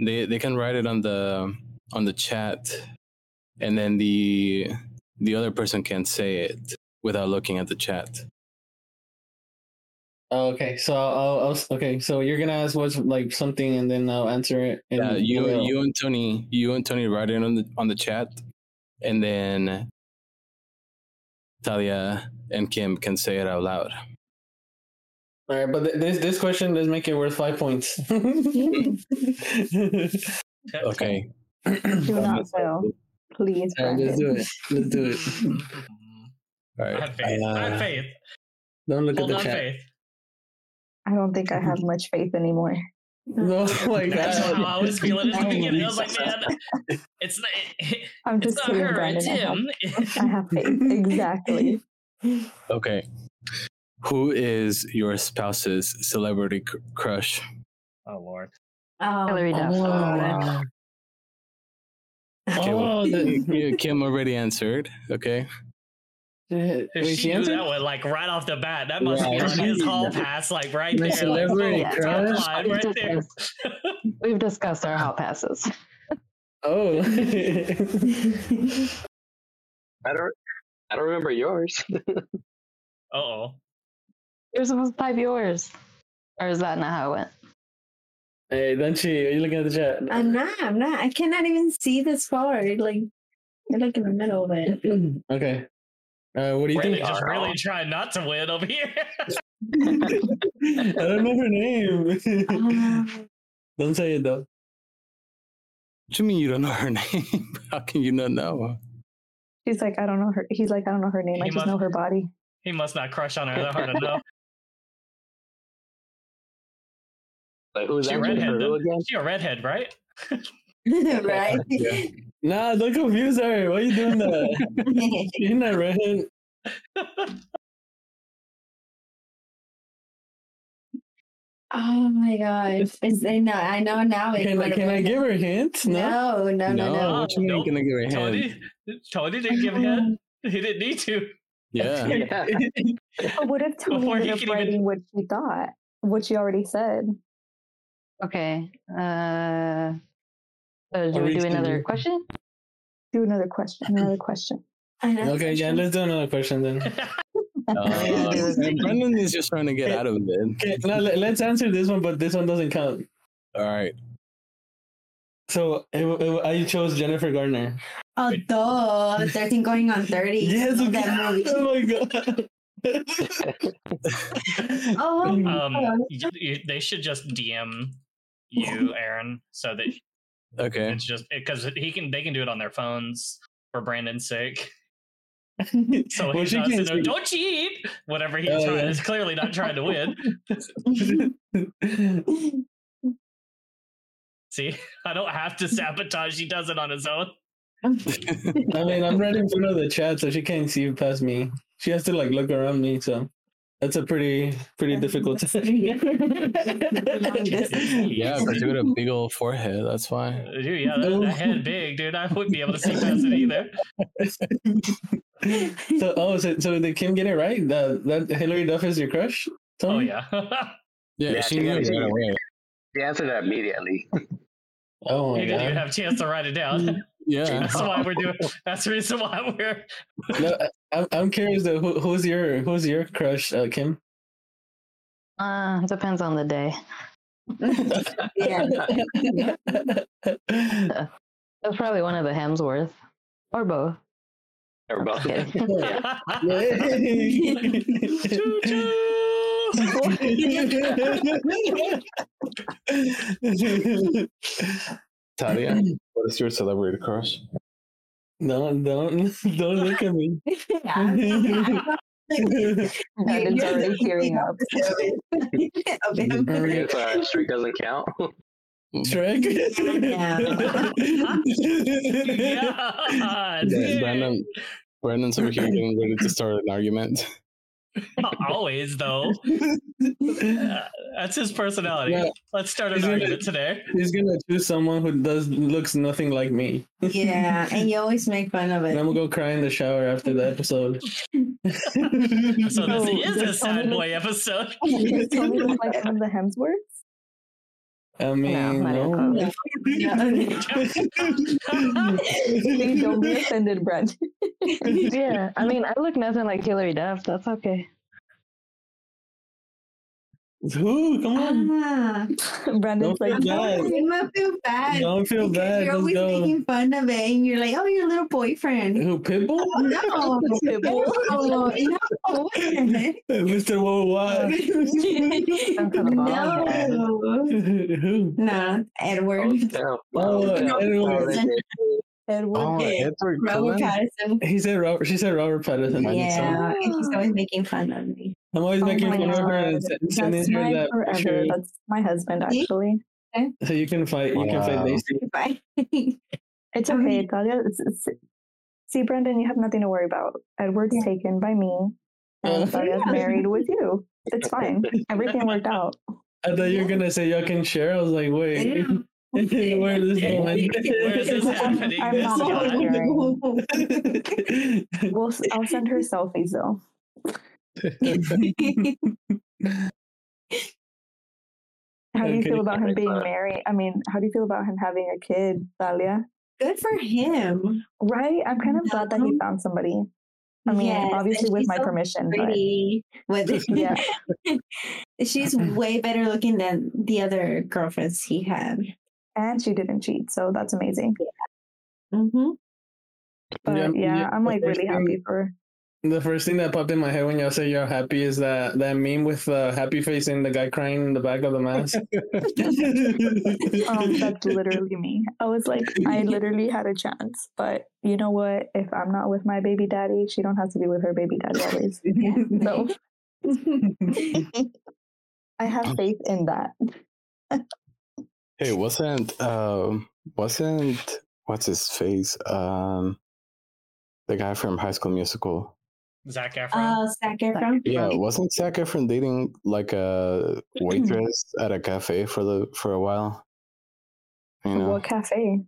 they they can write it on the on the chat, and then the the other person can say it without looking at the chat.
Oh, okay, so I'll, I'll s- okay. So you're gonna ask what's like something, and then I'll answer it. And
Yeah, you
we'll-
you and Tony, you and Tony write it on the on the chat, and then Talia and Kim can say it out loud.
All right, but th- this this question does make it worth five points. Alright,
Okay,
Do not fail. Please,
let's
Brandon.
do it. Let's do it.
all
I
right.
have faith. I have
Uh,
faith.
Don't look
Hold
at
on,
the chat.
faith.
I don't think I have much faith anymore.
No, oh my
That's
god.
how I was feeling at the
Oh,
beginning. I was like,
Jesus.
man, it's not,
I'm
it's
just
not
kidding,
her, it's
Brandon. I have,
him.
I have faith. Exactly.
okay. Who is your spouse's celebrity cr- crush?
oh, Lord.
Oh,
Hillary Duff.
Oh,
Okay, well,
Oh, the-
Kim- Kim already answered. Okay.
shit.
If
Wait,
she,
she
knew
answered?
that one like right off the bat, that must be
Yeah,
on
she-
his hall pass, like right
The
there. Like,
celebrity
boom,
crush?
top line right there.
We've discussed our hall passes.
Oh.
I don't. I don't remember yours.
Uh oh.
You're supposed to type yours. Or is that not how it went?
hey, don't you? Are you looking at the chat?
I'm not. I'm not. I cannot even see this far. Like you're like in the middle of it.
okay. Uh, what do you
Wait,
think?
They just
Uh-oh.
really trying not to win over here.
I don't know her name.
Um,
don't say it though.
What you mean you don't know her name? How can you not know?
She's like, I don't know her. He's like, I don't know her name. I
He
just
must-
know her body.
he must not crush on her that hard enough.
Like who's
She
that?
redhead,
Who again?
She a redhead, right?
right?
Nah, don't confuse her. Why are you doing that? You're not right.
oh my god! Is they know? I know now.
Can, I- can I give her hints? No.
No, no, no, no.
what you mean
Nope.
gonna give her a hand?
Tony, Tony didn't give a
Um,
hint. He didn't need to. Um,
Yeah.
Yeah.
But what if Tony
Before he
ended up
could even-
writing what she thought, what she already said?
Okay. Uh, so do
Or
we do another
recently.
question?
Do another question. Another question.
I know.
Okay, yeah, let's do another question then.
Uh, Brendan is just trying to get out of it.
Okay, no, let, us answer this one, but this one doesn't count.
All right.
So it, it, I chose Jennifer Garner.
Oh, duh, 13 going on 30.
Yes,
Love
okay.
that movie.
Oh my god.
Oh,
Um, you, you, they should just DM you, Aaron, so that
Okay.
it's just because he can. They can do it on their phones for Brandon's sake. So
Well,
he's
she can't
not sitting there,
see.
don't cheat. Whatever he's
Oh,
trying,
yeah.
is clearly not trying to win. See, I don't have to sabotage. He does it on his own.
I mean, I'm right in front of the chat, so she can't see past me. She has to like look around me, so that's a pretty pretty difficult task.
Yeah, because you got a big old forehead. That's why.
Uh, Dude, yeah, that, that head big, dude. I wouldn't be able to see past it either.
so oh, so so did Kim get it right? That that Hillary Duff is your crush?
Oh
Tony?
yeah.
Yeah,
Yeah,
she
she
knew
got
it
it.
right away.
She answered that immediately.
Oh my
you didn't even
god.
have a chance to write it down.
Yeah.
That's why we're doing. That's the reason why we're.
No, I- I'm I'm curious though. Who, who's your who's your crush, uh, Kim?
Uh, depends on the day.
yeah.
That's probably one of the Hemsworth or both.
Or
I'm
both.
kidding.
Talia.
What is your celebrity crush?
don't don't don't look at me.
Brandon's already tearing up.
Yeah.
It's uh, streak doesn't count.
Shrek.
Yeah,
Yeah,
dude.
Brandon. Brandon's over here getting ready to start an argument.
Not Oh, always though. Uh, that's his personality.
Yeah.
Let's start an
Isn't it-
argument today.
He's gonna choose someone who does looks nothing like me.
yeah, and you always make fun of
And
it.
I'm gonna go cry in the shower after the episode.
So this
No,
is a
that's
sad
only-
boy episode.
Does Tony look like one of the Hemsworths?
I mean,
not even
no.
close.
Please don't be offended, Brandon.
yeah, I mean, I look nothing like Hillary Duff. That's okay.
Who? Come on.
Ah,
Brandon's like,
Don't
I
Bad.
must feel bad.
Don't feel
because
bad. Let's
You're always
go.
making fun of it, and you're like, "Oh, your little boyfriend." Oh,
Who? Pitbull?
No,
Pitbull.
no, no.
Mr. Worldwide.
Some kind of bald head.
No.
Who?
No, Edward.
Oh,
Oh,
damn. Oh,
Edward.
that did.
Edward.
Oh,
Okay.
Edward
Robert
Cullen?
Patterson.
He said Robert. She said Robert Patterson.
Mine is
Yeah,
so-
and he's always making fun of me.
I'm always
Oh
making
my
fun of her
God.
and sen-
That's
sending her
my
that
forever.
picture
That's my husband, actually.
so you can fight. You can fight
Wow.
Daisy.
Goodbye.
It's
I
okay,
mean-
Talia. It's, it's, see, Brandon, you have nothing to worry about. Edward's taken by me,
Uh.
and Talia's
Yeah.
married with you. It's fine. Everything worked out.
I thought you were gonna say y'all can share. I was like, wait, where is this
Yeah.
going?
Where is this happening?
I'm
this
not
time?
here. We'll, s- I'll send her selfies, though. How do you
Okay.
feel about him
Like
being
that.
married? I mean, how do you feel about him having a kid, Talia?
Good for him.
Right? I'm kind of glad that he
Um,
found somebody. I mean,
Yes,
obviously
and
with
she's
my
so
permission,
Pretty. With,
but yeah,
She's way better looking than the other girlfriends he had.
and she didn't cheat, so that's amazing.
Mm-hmm.
But yeah,
Yeah, yeah,
I'm like
the
really
first
happy
thing-
for.
The first thing that popped in my head when y'all say you're happy is that that meme with the happy face and the guy crying in the back of the mask.
Um, Oh, that's literally me. I was like, I literally had a chance, but you know what? If I'm not with my baby daddy, she don't have to be with her baby daddy always. So I have faith in that.
Hey, wasn't um wasn't what's his face? Um the guy from High School Musical.
Zach Efron.
Uh,
Oh, Zac Efron.
Yeah, wasn't Zac Efron dating like a waitress at a cafe for the for a while? You know,
What cafe?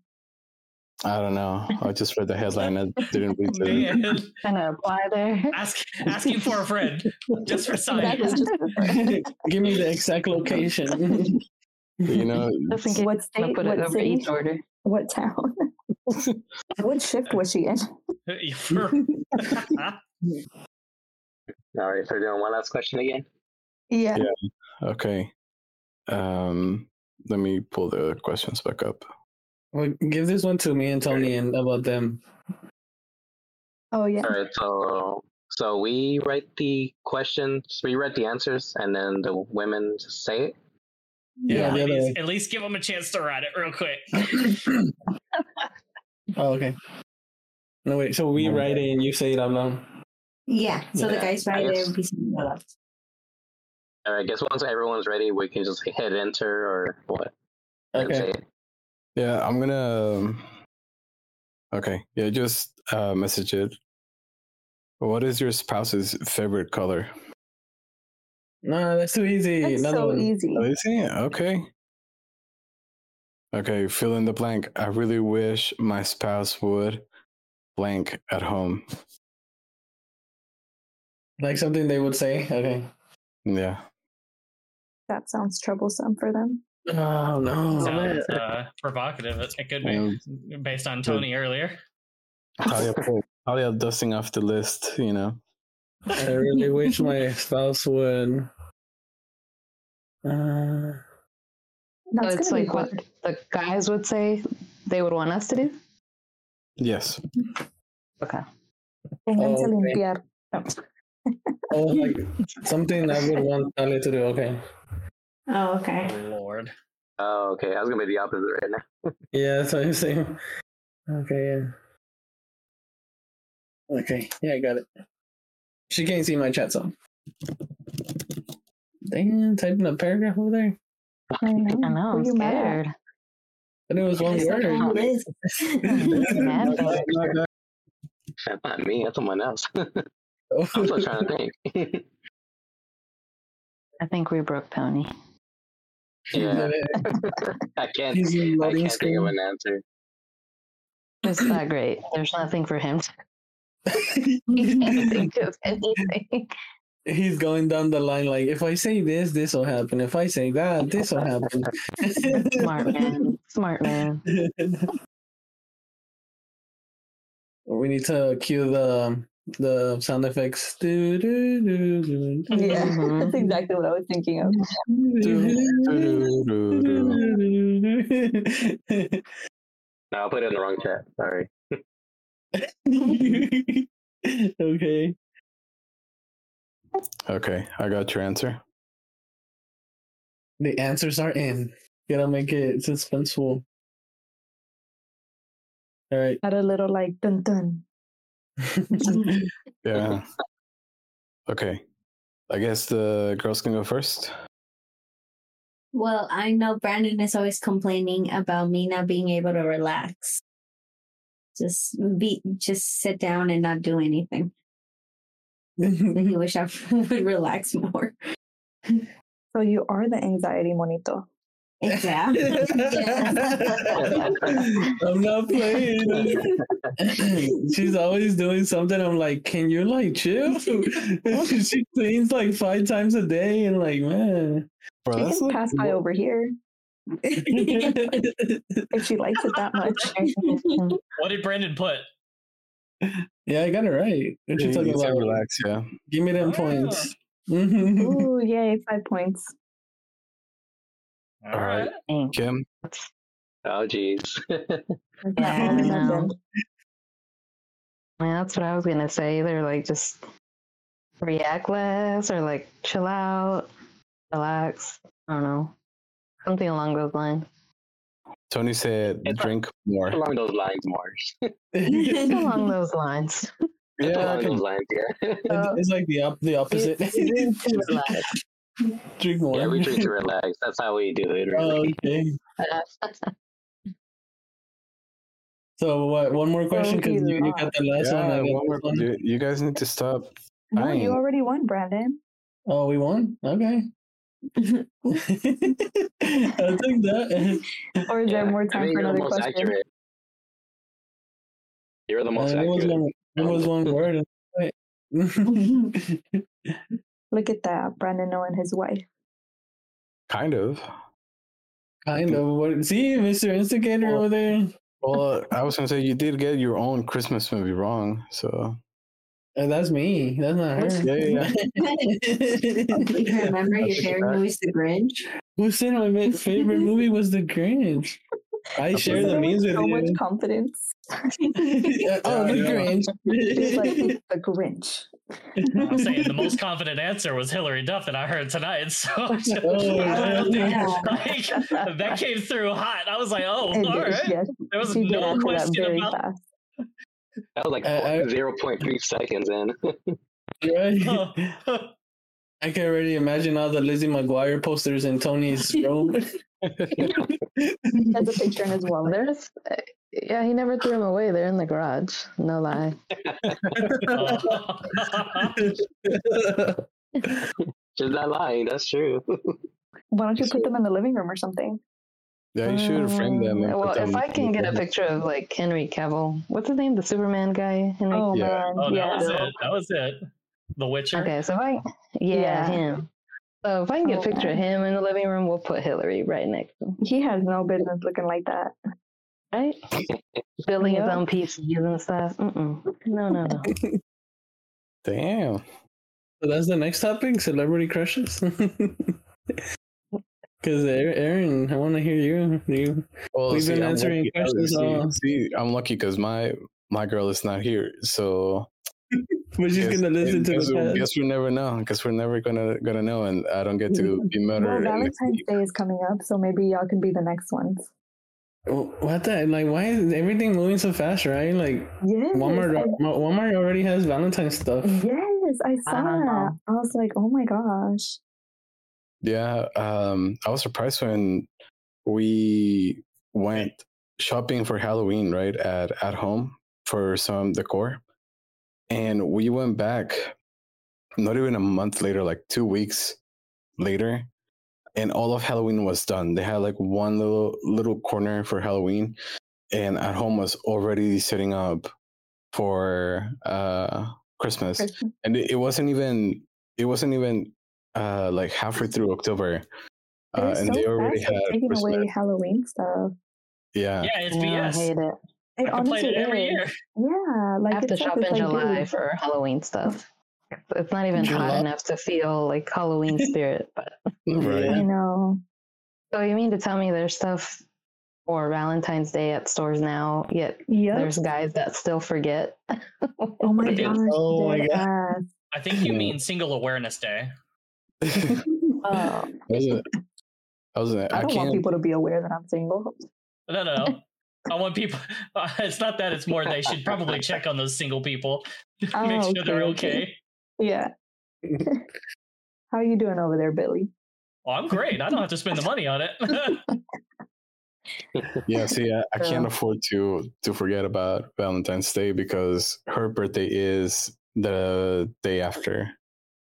I don't know. I just read the headline. I didn't read the.
Man,
Gonna apply there.
ask asking for a friend just for
That
science.
is just
Give me the exact location.
You know,
Just in case
What
I'm gonna
state?
put it
What
over
city?
each order.
What town? what shift was she in?
All right, so we're doing one last question again.
Yeah.
okay. Um, let me pull the questions back up.
Well, give this one to me and tell me in about them.
Oh yeah.
All right, so so we write the questions, we write the answers, and then the women just say it.
Yeah, the other
Ladies,
way.
at least give them a chance to ride it real quick.
Oh, okay. No, wait. So we write it and you say it out loud.
Yeah. So the
Yeah,
guys right
I
there
guess-
would be something left.
All right, I guess once everyone's ready, we can just hit enter or what. and
Okay.
say it.
Yeah, I'm gonna. um, Okay, yeah, just uh, message it. What is your spouse's favorite color?
No, that's too easy.
That's
Another
so
one.
easy.
Oh, is it? Okay. Okay, fill in the blank. I really wish my spouse would blank at home.
Like something they would say. Okay.
Yeah.
That sounds troublesome for them.
Oh no. man.
Sounds uh, provocative. It it could be based on Tony earlier.
Talia, pull- Talia dusting off the list, you know.
I really wish my spouse would. Uh,
That's
so it's
gonna be
like what
hard.
the guys would say they would want us to do.
Yes.
Okay.
Vénganse a
okay.
limpiar.
oh, like something I would want Talia to do. Okay.
Oh,
Oh,
okay.
Lord.
Oh, okay. I was gonna be the opposite right now.
Yeah, that's what I'm saying. Okay. Yeah. Okay. Yeah, I got it. She can't see my chat, so. Damn, typing a paragraph over there.
I know.
I know.
Who Mm,
I'm
you mad at?
scared.
But it was one
It's like "Oh,
word.
on this.
mad at me.
That's not me. That's someone else. I'm still trying to think.
I think we broke Tony.
yeah, I can't.
He's in
I
loading
can't think of
screen.
an answer.
It's not great. There's nothing for him. To, he can't think of anything.
He's going down the line like, if I say this, this will happen. If I say that, this will happen.
Smart man. Smart man.
we need to cue the the sound effects. Do, do, do, do, do,
Yeah,
Mm-hmm.
Mhm.
that's exactly what I was thinking of.
Do-do-do-do.
That's
No, I put it in the wrong chat. Sorry.
okay.
Okay, I got your answer.
The answers are in. Gotta make it suspenseful. All right.
Had a little like dun dun.
Yeah. Okay. I guess the girls can go first.
Well, I know Brandon is always complaining about me not being able to relax. Just be, just sit down and not do anything. And He wish I would relax more.
So you are the anxiety monito.
Yeah.
I'm not playing. She's always doing something. I'm like, can you like chill? she cleans like five times a day, and like, man.
Bro,
Oh,
She
that's
can
like-
pass by over here if she likes it that much.
What did Brandon put?
yeah, I got it right. What you
you
talking
need to
about?
relax, yeah.
Give me them
Oh.
points. Mhm.
Ooh, yay! Five points.
All right.
Dang.
Kim,
Oh, jeez.
That's
Yeah,
not
I
holding up
know.
end.
Yeah, that's what I was gonna say. They're like just react less or like chill out, relax. I don't know. Something along those lines.
Tony said
It's-
drink more.
along those lines, Mars.
It's along those lines.
It's
Yeah, I
along
can-
those lines. Yeah.
It's, it's like the op- the opposite.
Relax.
Drink more.
yeah, we drink to relax. That's how we do it.
Oh,
Really.
okay.
uh,
So what? One more question because
he's
you, you
not.
got the last one. I
yeah,
got
one more-
this one.
you- you guys need to stop.
No,
Dang.
you already won, Brandon.
Oh, we won. Okay. I'll take that.
Or is there
Yeah,
more
I
time for
think you're the
another
most
question?
accurate. You're the most
Uh, it was
accurate.
one. It was one word. Right.
Look at that, Brandon knowing his wife.
Kind of.
kind of. What, see, Mister Instigator
Oh.
over there.
Well, I was gonna say you did get your own Christmas movie wrong, so
Uh, that's me. That's not her.
yeah, yeah,
Remember
I
your
take it
favorite
back.
movie's The Grinch?
Who said my ma- favorite movie was The Grinch? I share
Listen,
the means with
so much
you.
confidence.
oh,
Yeah,
the
yeah.
He's like
Grinch.
the Grinch.
I'm saying the most confident answer was Hillary Duff that I heard tonight. So
Oh,
I don't think,
yeah.
like, that came through hot. I was like, oh,
And
all
did-
right.
yes,
There was
she did
no
answer that
question
very
about
fast.
That was like
I- I-
zero point three seconds in.
Right. I can already imagine all the Lizzie McGuire posters in Tony's room.
He has a picture in his wallet.
There's, uh, yeah, he never threw them away. They're in the garage. No lie.
She's not lying. That's true.
Why don't you put them in the living room or something?
Yeah, you should frame them. and
Uh, well,
put
if
them
I can
in the
get a
corner.
picture of like Henry Cavill, what's his name? The Superman guy? Henry.
Oh
Yeah.
man,
oh, that
yeah.
was it. That was it. The Witcher.
Okay, so if I, yeah,
Yeah.
him. So if I can get a
Oh,
picture of him in the living room, we'll put Hillary right next to him.
He has no business looking like that.
Right? Building his
Yep.
own PCs and stuff. Mm-mm. No, no, no.
Damn.
So that's the next topic: celebrity crushes. Because Aaron, I want to hear you. you.
Well,
We've been
I'm
answering
lucky.
questions
See,
all-
see, I'm lucky because my my girl is not here, so
We're just
guess-
gonna listen to
guess,
the
we-
past.
guess we never know. Guess we're never gonna gonna know, and I don't get to
Mm-hmm.
be
Well,
murdered. next
Valentine's
week.
Day is coming up, so maybe y'all can be the next ones.
What the like? Why is everything moving so fast? Right? Like
Yes,
Walmart.
I-
Walmart already has Valentine's stuff.
yes, I saw
don't
that.
know.
I was like, oh my gosh.
Yeah, um, I was surprised when we went shopping for Halloween, right at at home for some decor, and we went back not even a month later, like two weeks later, and all of Halloween was done. They had like one little little corner for Halloween, and at home was already setting up for uh Christmas,
Christmas.
and it, it wasn't even it wasn't even uh like halfway through October, uh,
They're
and
so
they already
fast
had
at taking
Christmas.
away Halloween stuff.
Yeah,
Yeah, it's
Yeah, I
BS.
hate it.
It
I complain
honestly eh?
it every
is.
year.
Yeah,
I
like
have
it's like-
to shop
it's
in
like,
July
dude,
for Halloween stuff. It's not even
July?
hot enough to feel like Halloween spirit. But
right.
I know.
so you mean to tell me there's stuff for Valentine's Day at stores now, yet
Yep.
there's guys that still forget?
Oh my
Right.
gosh.
Oh my
dead
God.
ass.
I think you mean Single Awareness Day.
Oh,
I was, I was, I,
I don't want
can't.
people to be aware that I'm single.
No, no, no. I want people. uh, it's not that. It's more they should probably check on those single people, make
Oh,
sure they're
okay, okay.
okay.
Yeah. How are you doing over there, Billy?
Oh, I'm great. I don't have to spend the money on it.
Yeah, see, I, I can't afford to to forget about Valentine's Day because her birthday is the day after.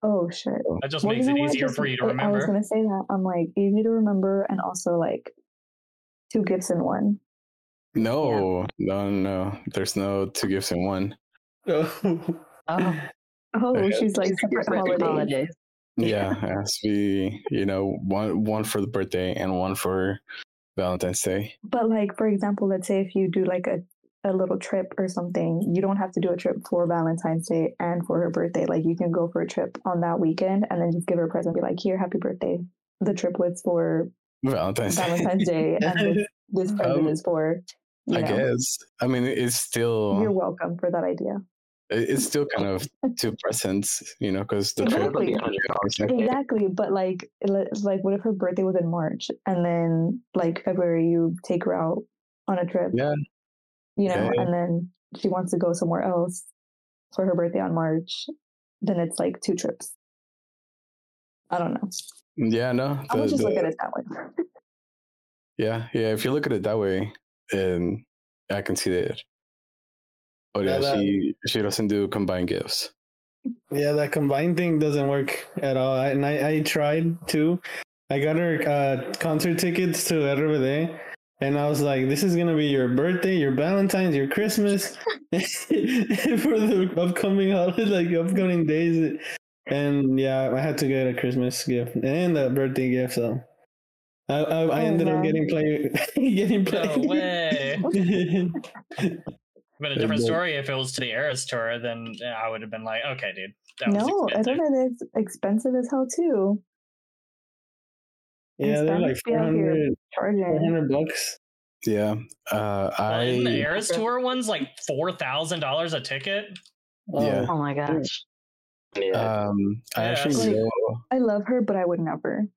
Oh shit.
that just
Well,
makes
you know
it
what?
easier
Just-
for you to
I- I was
remember.
gonna say that. I'm like easy to remember and also like two gifts in one.
No, no, no. There's no two gifts in one.
Oh,
Oh,
Okay.
she's like separate holidays.
holidays.
Yeah, it has to be, you know, one one for the birthday and one for Valentine's Day.
But like for example, let's say if you do like a a little trip or something, you don't have to do a trip for Valentine's Day and for her birthday. Like you can go for a trip on that weekend and then just give her a present. Be like, here, happy birthday. The trip was for
Valentine's Day.
Valentine's Day, and this, this
Oh.
present
Um,
is for you
I
know.
guess. I mean, it's
You're
still
welcome for that idea.
it- it's still kind of two presents, you know, because the trip.
Exactly. Exactly, but like, le- like, what if her birthday was in March, and then like February, you take her out on a trip,
Yeah,
you know,
yeah, yeah.
and then she wants to go somewhere else for her birthday on March, then it's like two trips. I don't know.
yeah, no.
I would
the-
just
the-
look at it that way.
Yeah, yeah. If you look at it that way, and I can see that. But yeah,
Yeah, that-
she she doesn't do combined gifts.
Yeah, that combined thing doesn't work at all. I, and I, I tried too. I got her uh, concert tickets to RBD, and I was like, "This is gonna be your birthday, your Valentine's, your Christmas for the upcoming holiday, like upcoming days." And yeah, I had to get a Christmas gift and a birthday gift. So I, I, I
Oh,
ended
man.
up getting play, getting
No
play.
way. Been a different
but-
story if it was to the Eras tour, then I would have been like, okay, dude, that
No,
was
I don't
expensive.
know. It's expensive as hell too.
yeah, they're like
Hispanics be out here
400,
Charging.
400 bucks.
Yeah. Uh,
Well, isn't the
I
Eras Tour one's like four thousand dollars a ticket.
yeah.
Oh my gosh.
Oh.
Yeah.
Uh,
Um, I
Yeah,
actually
that's-
know.
I love her, but I would never.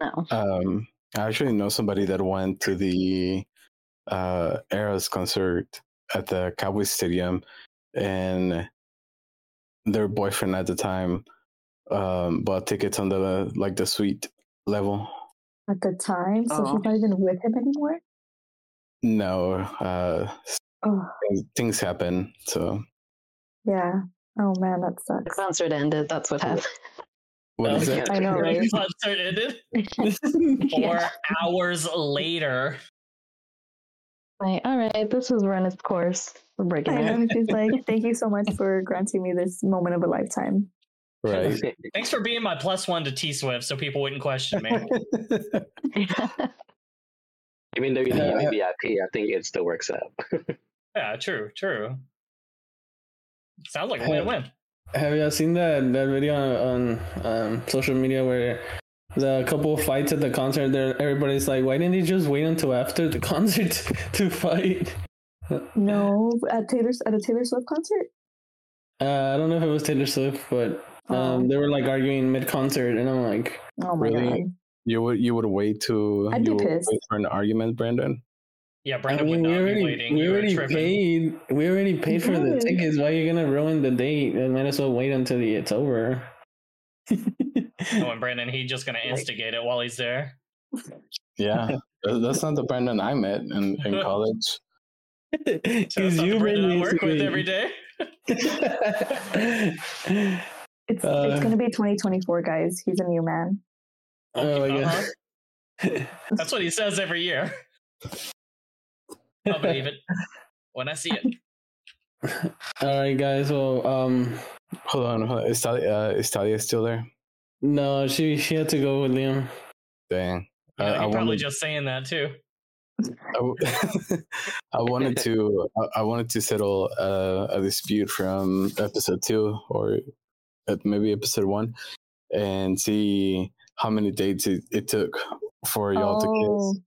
No.
Um, I actually know somebody that went to the uh Eras concert at the Cowboys Stadium, and their boyfriend at the time um bought tickets on the like the suite level.
At the time, so
Oh.
she's not even with him anymore.
No, uh,
Oh
things happen. So
yeah. Oh man, that
The
sucks.
concert ended. That's what happened.
what is
Yeah,
it?
I know, right?
Concert ended four
Yeah.
hours later.
Like, all right, this has run its course. We're breaking
I know.
it.
and She's like, thank you so much for granting me this moment of a lifetime.
Right.
Thanks for being my plus one to T Swift, so people wouldn't question me.
Even though you
Uh,
didn't need VIP, I think it still works out.
yeah, true, true. Sounds like a
Hey.
win-win.
Have y'all seen that that video on, on um, social media where the couple fights at the concert? There, everybody's like, "Why didn't you just wait until after the concert to fight?"
No, at Taylor's at a Taylor Swift concert.
Uh, I don't know if it was Taylor Swift, but um,
Oh.
they were like arguing mid concert, and I'm like,
Oh my
Really?
god.
You would you would wait to
I'd be
you would
pissed.
wait for an argument, Brandon?
Yeah,
I
Brenda
mean,
would
we
not
already
be waiting.
we
You were
already
tripping.
paid we already paid for the
Yes.
tickets. Why are you gonna ruin the date? I might as well wait until the, it's over.
Oh, and Brandon, he just gonna instigate it while he's there.
Yeah, That- that's not the Brandon I met in, in college.
So that's
Because
not the
you made
Brandon I
me
work with
instigate.
every day.
It's
Uh,
it's gonna be 2024, guys. He's a new man.
oh my god.
Uh-huh. That's what he says every year. I believe it when I see it.
All right, Uh, guys. Well, um,
Hold on, hold on. Is Talia, uh, is Talia still there?
no, she she had to go with Liam.
Dang.
Yeah,
I-
you're
I
probably
wanted-
just saying that too.
I, w- I wanted to I, I wanted to settle uh, a dispute from episode two or uh, maybe episode one and see how many dates it, it took for y'all
Oh,
to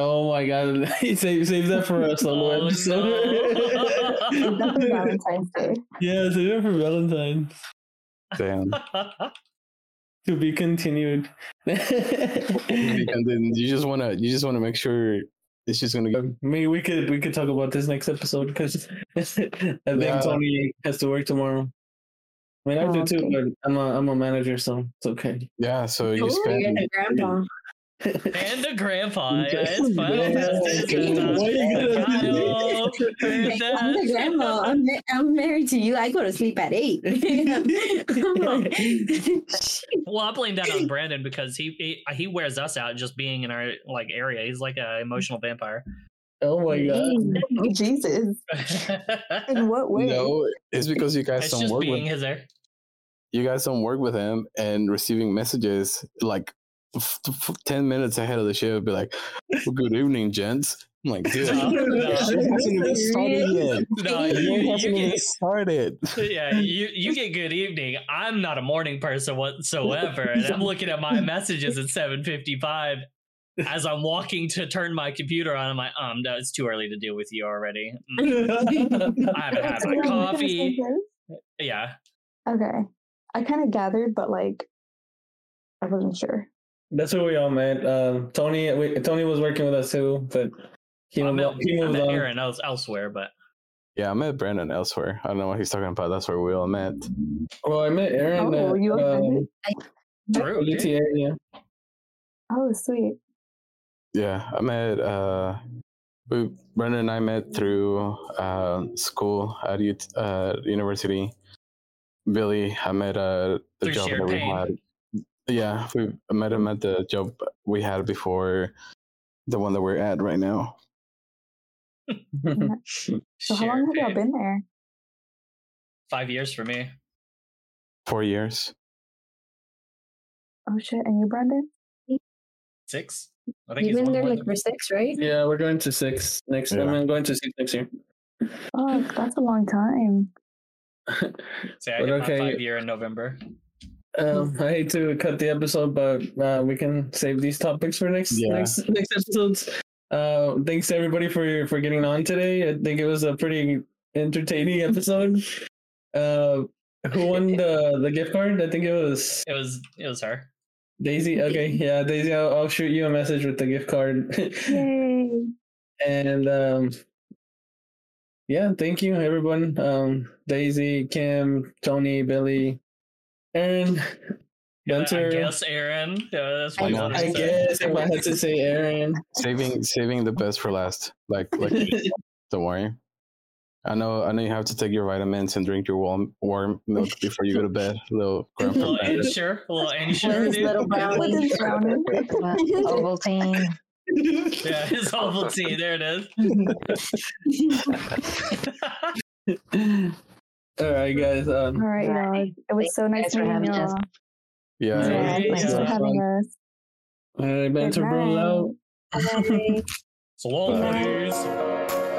Oh my god, save save that for us on
Oh,
the episode.
no.
Oh, that's for Valentine's Day.
yeah, save it for Valentine's
Oh.
kiss. Damn.
to be continued.
and then you just wanna you just wanna make sure it's just gonna go
Maybe we could we could talk about this next episode because I think
Yeah.
Tony has to work tomorrow. I mean, I do
Oh,
too,
okay.
but I'm a I'm a manager, so it's okay.
yeah, so you
Oh,
spend
you're the grandpa.
and a grandpa. Yeah, it's fun.
Yeah.
It's
Why are you gonna do
Kyle,
that?
I'm the grandma. I'm, ma- I'm married to you. I go to sleep at eight. Come on.
Well, I blame that on Brandon because he, he he wears us out just being in our like area. He's like an emotional vampire.
Oh my god.
Oh, Jesus. In
it's
what way?
no, it's because you guys don't
just
work
being
with
his air.
you guys don't work with him and receiving messages like f- f- 10 minutes ahead of the show be like "Well, good evening gents i'm like dude
No, no.
you hasn't even started yet
No,
you
you,
hasn't
you
even
get,
started
yeah, you you get good evening. I'm not a morning person whatsoever, and I'm looking at my messages at 7:55 as I'm walking to turn my computer on. I'm like, um, no, it's too early to deal with you already. Mm, I haven't had my
Wait, we're gonna stay
coffee.
here?
Yeah,
Okay. I kind of gathered, but like, I wasn't sure.
That's where we all met. Um, Tony, we, Tony was working with us too, but he
I
moved
met,
on. He
I
moved
met
on.
Aaron else elsewhere, but
yeah i met brandon elsewhere i don't know what he's talking about that's where we all met
Well, I met Aaron.
Oh,
at,
you all met
um,
Drew, dude.
UTA, yeah.
Oh, sweet.
yeah i met uh we, brandon and i met through uh school at U- uh university billy i met uh the
Through
job
shared
that we
pain.
had Yeah, we I met him at the job we had before the one that we're at right now.
So, how long have y'all
Shared
been there?
Five years for me.
Four years.
Oh, shit. And you, Brendan?
Six. I think
You've
he's
been
one
there
more
like
than-
for six, right?
yeah, we're going to six next.
Yeah.
I mean, going to six next year.
Oh, that's a long time.
Say I
But
hit
okay.
my five year in November.
Um, I hate to cut the episode, but uh, we can save these topics for next
Yeah.
next next episodes. Uh, thanks to everybody for for getting on today. I think it was a pretty entertaining episode. Uh, who won the the gift card? I think it was
It was it was her.
Daisy. Okay, yeah, Daisy. I'll, I'll shoot you a message with the gift card.
Yay.
and um, yeah, thank you everyone. Um, Daisy, Kim, Tony, Billy, Aaron,
Yeah, I
Gunter.
guess Aaron. Yeah, that's what
I
I,
know.
wanted
I
to say.
guess if I had to say Aaron.
saving saving the best for last. Like like don't worry. I know I know you have to take your vitamins and drink your warm warm milk before you go to bed. Little grandpa.
Little Ensure, little Ensure,
his
dude.
little brownie.
With his brownie.
Ovaltine.
Yeah, his Ovaltine. There it is.
All right, guys. Um,
All right, y'all.
Right.
It was so nice
Thanks for
meeting
having us.
y'all. Yeah,
Yeah.
Yeah,
thanks for
yeah.
having us.
all right, Banter Bros out.
Good night. Bye.
Slaughter.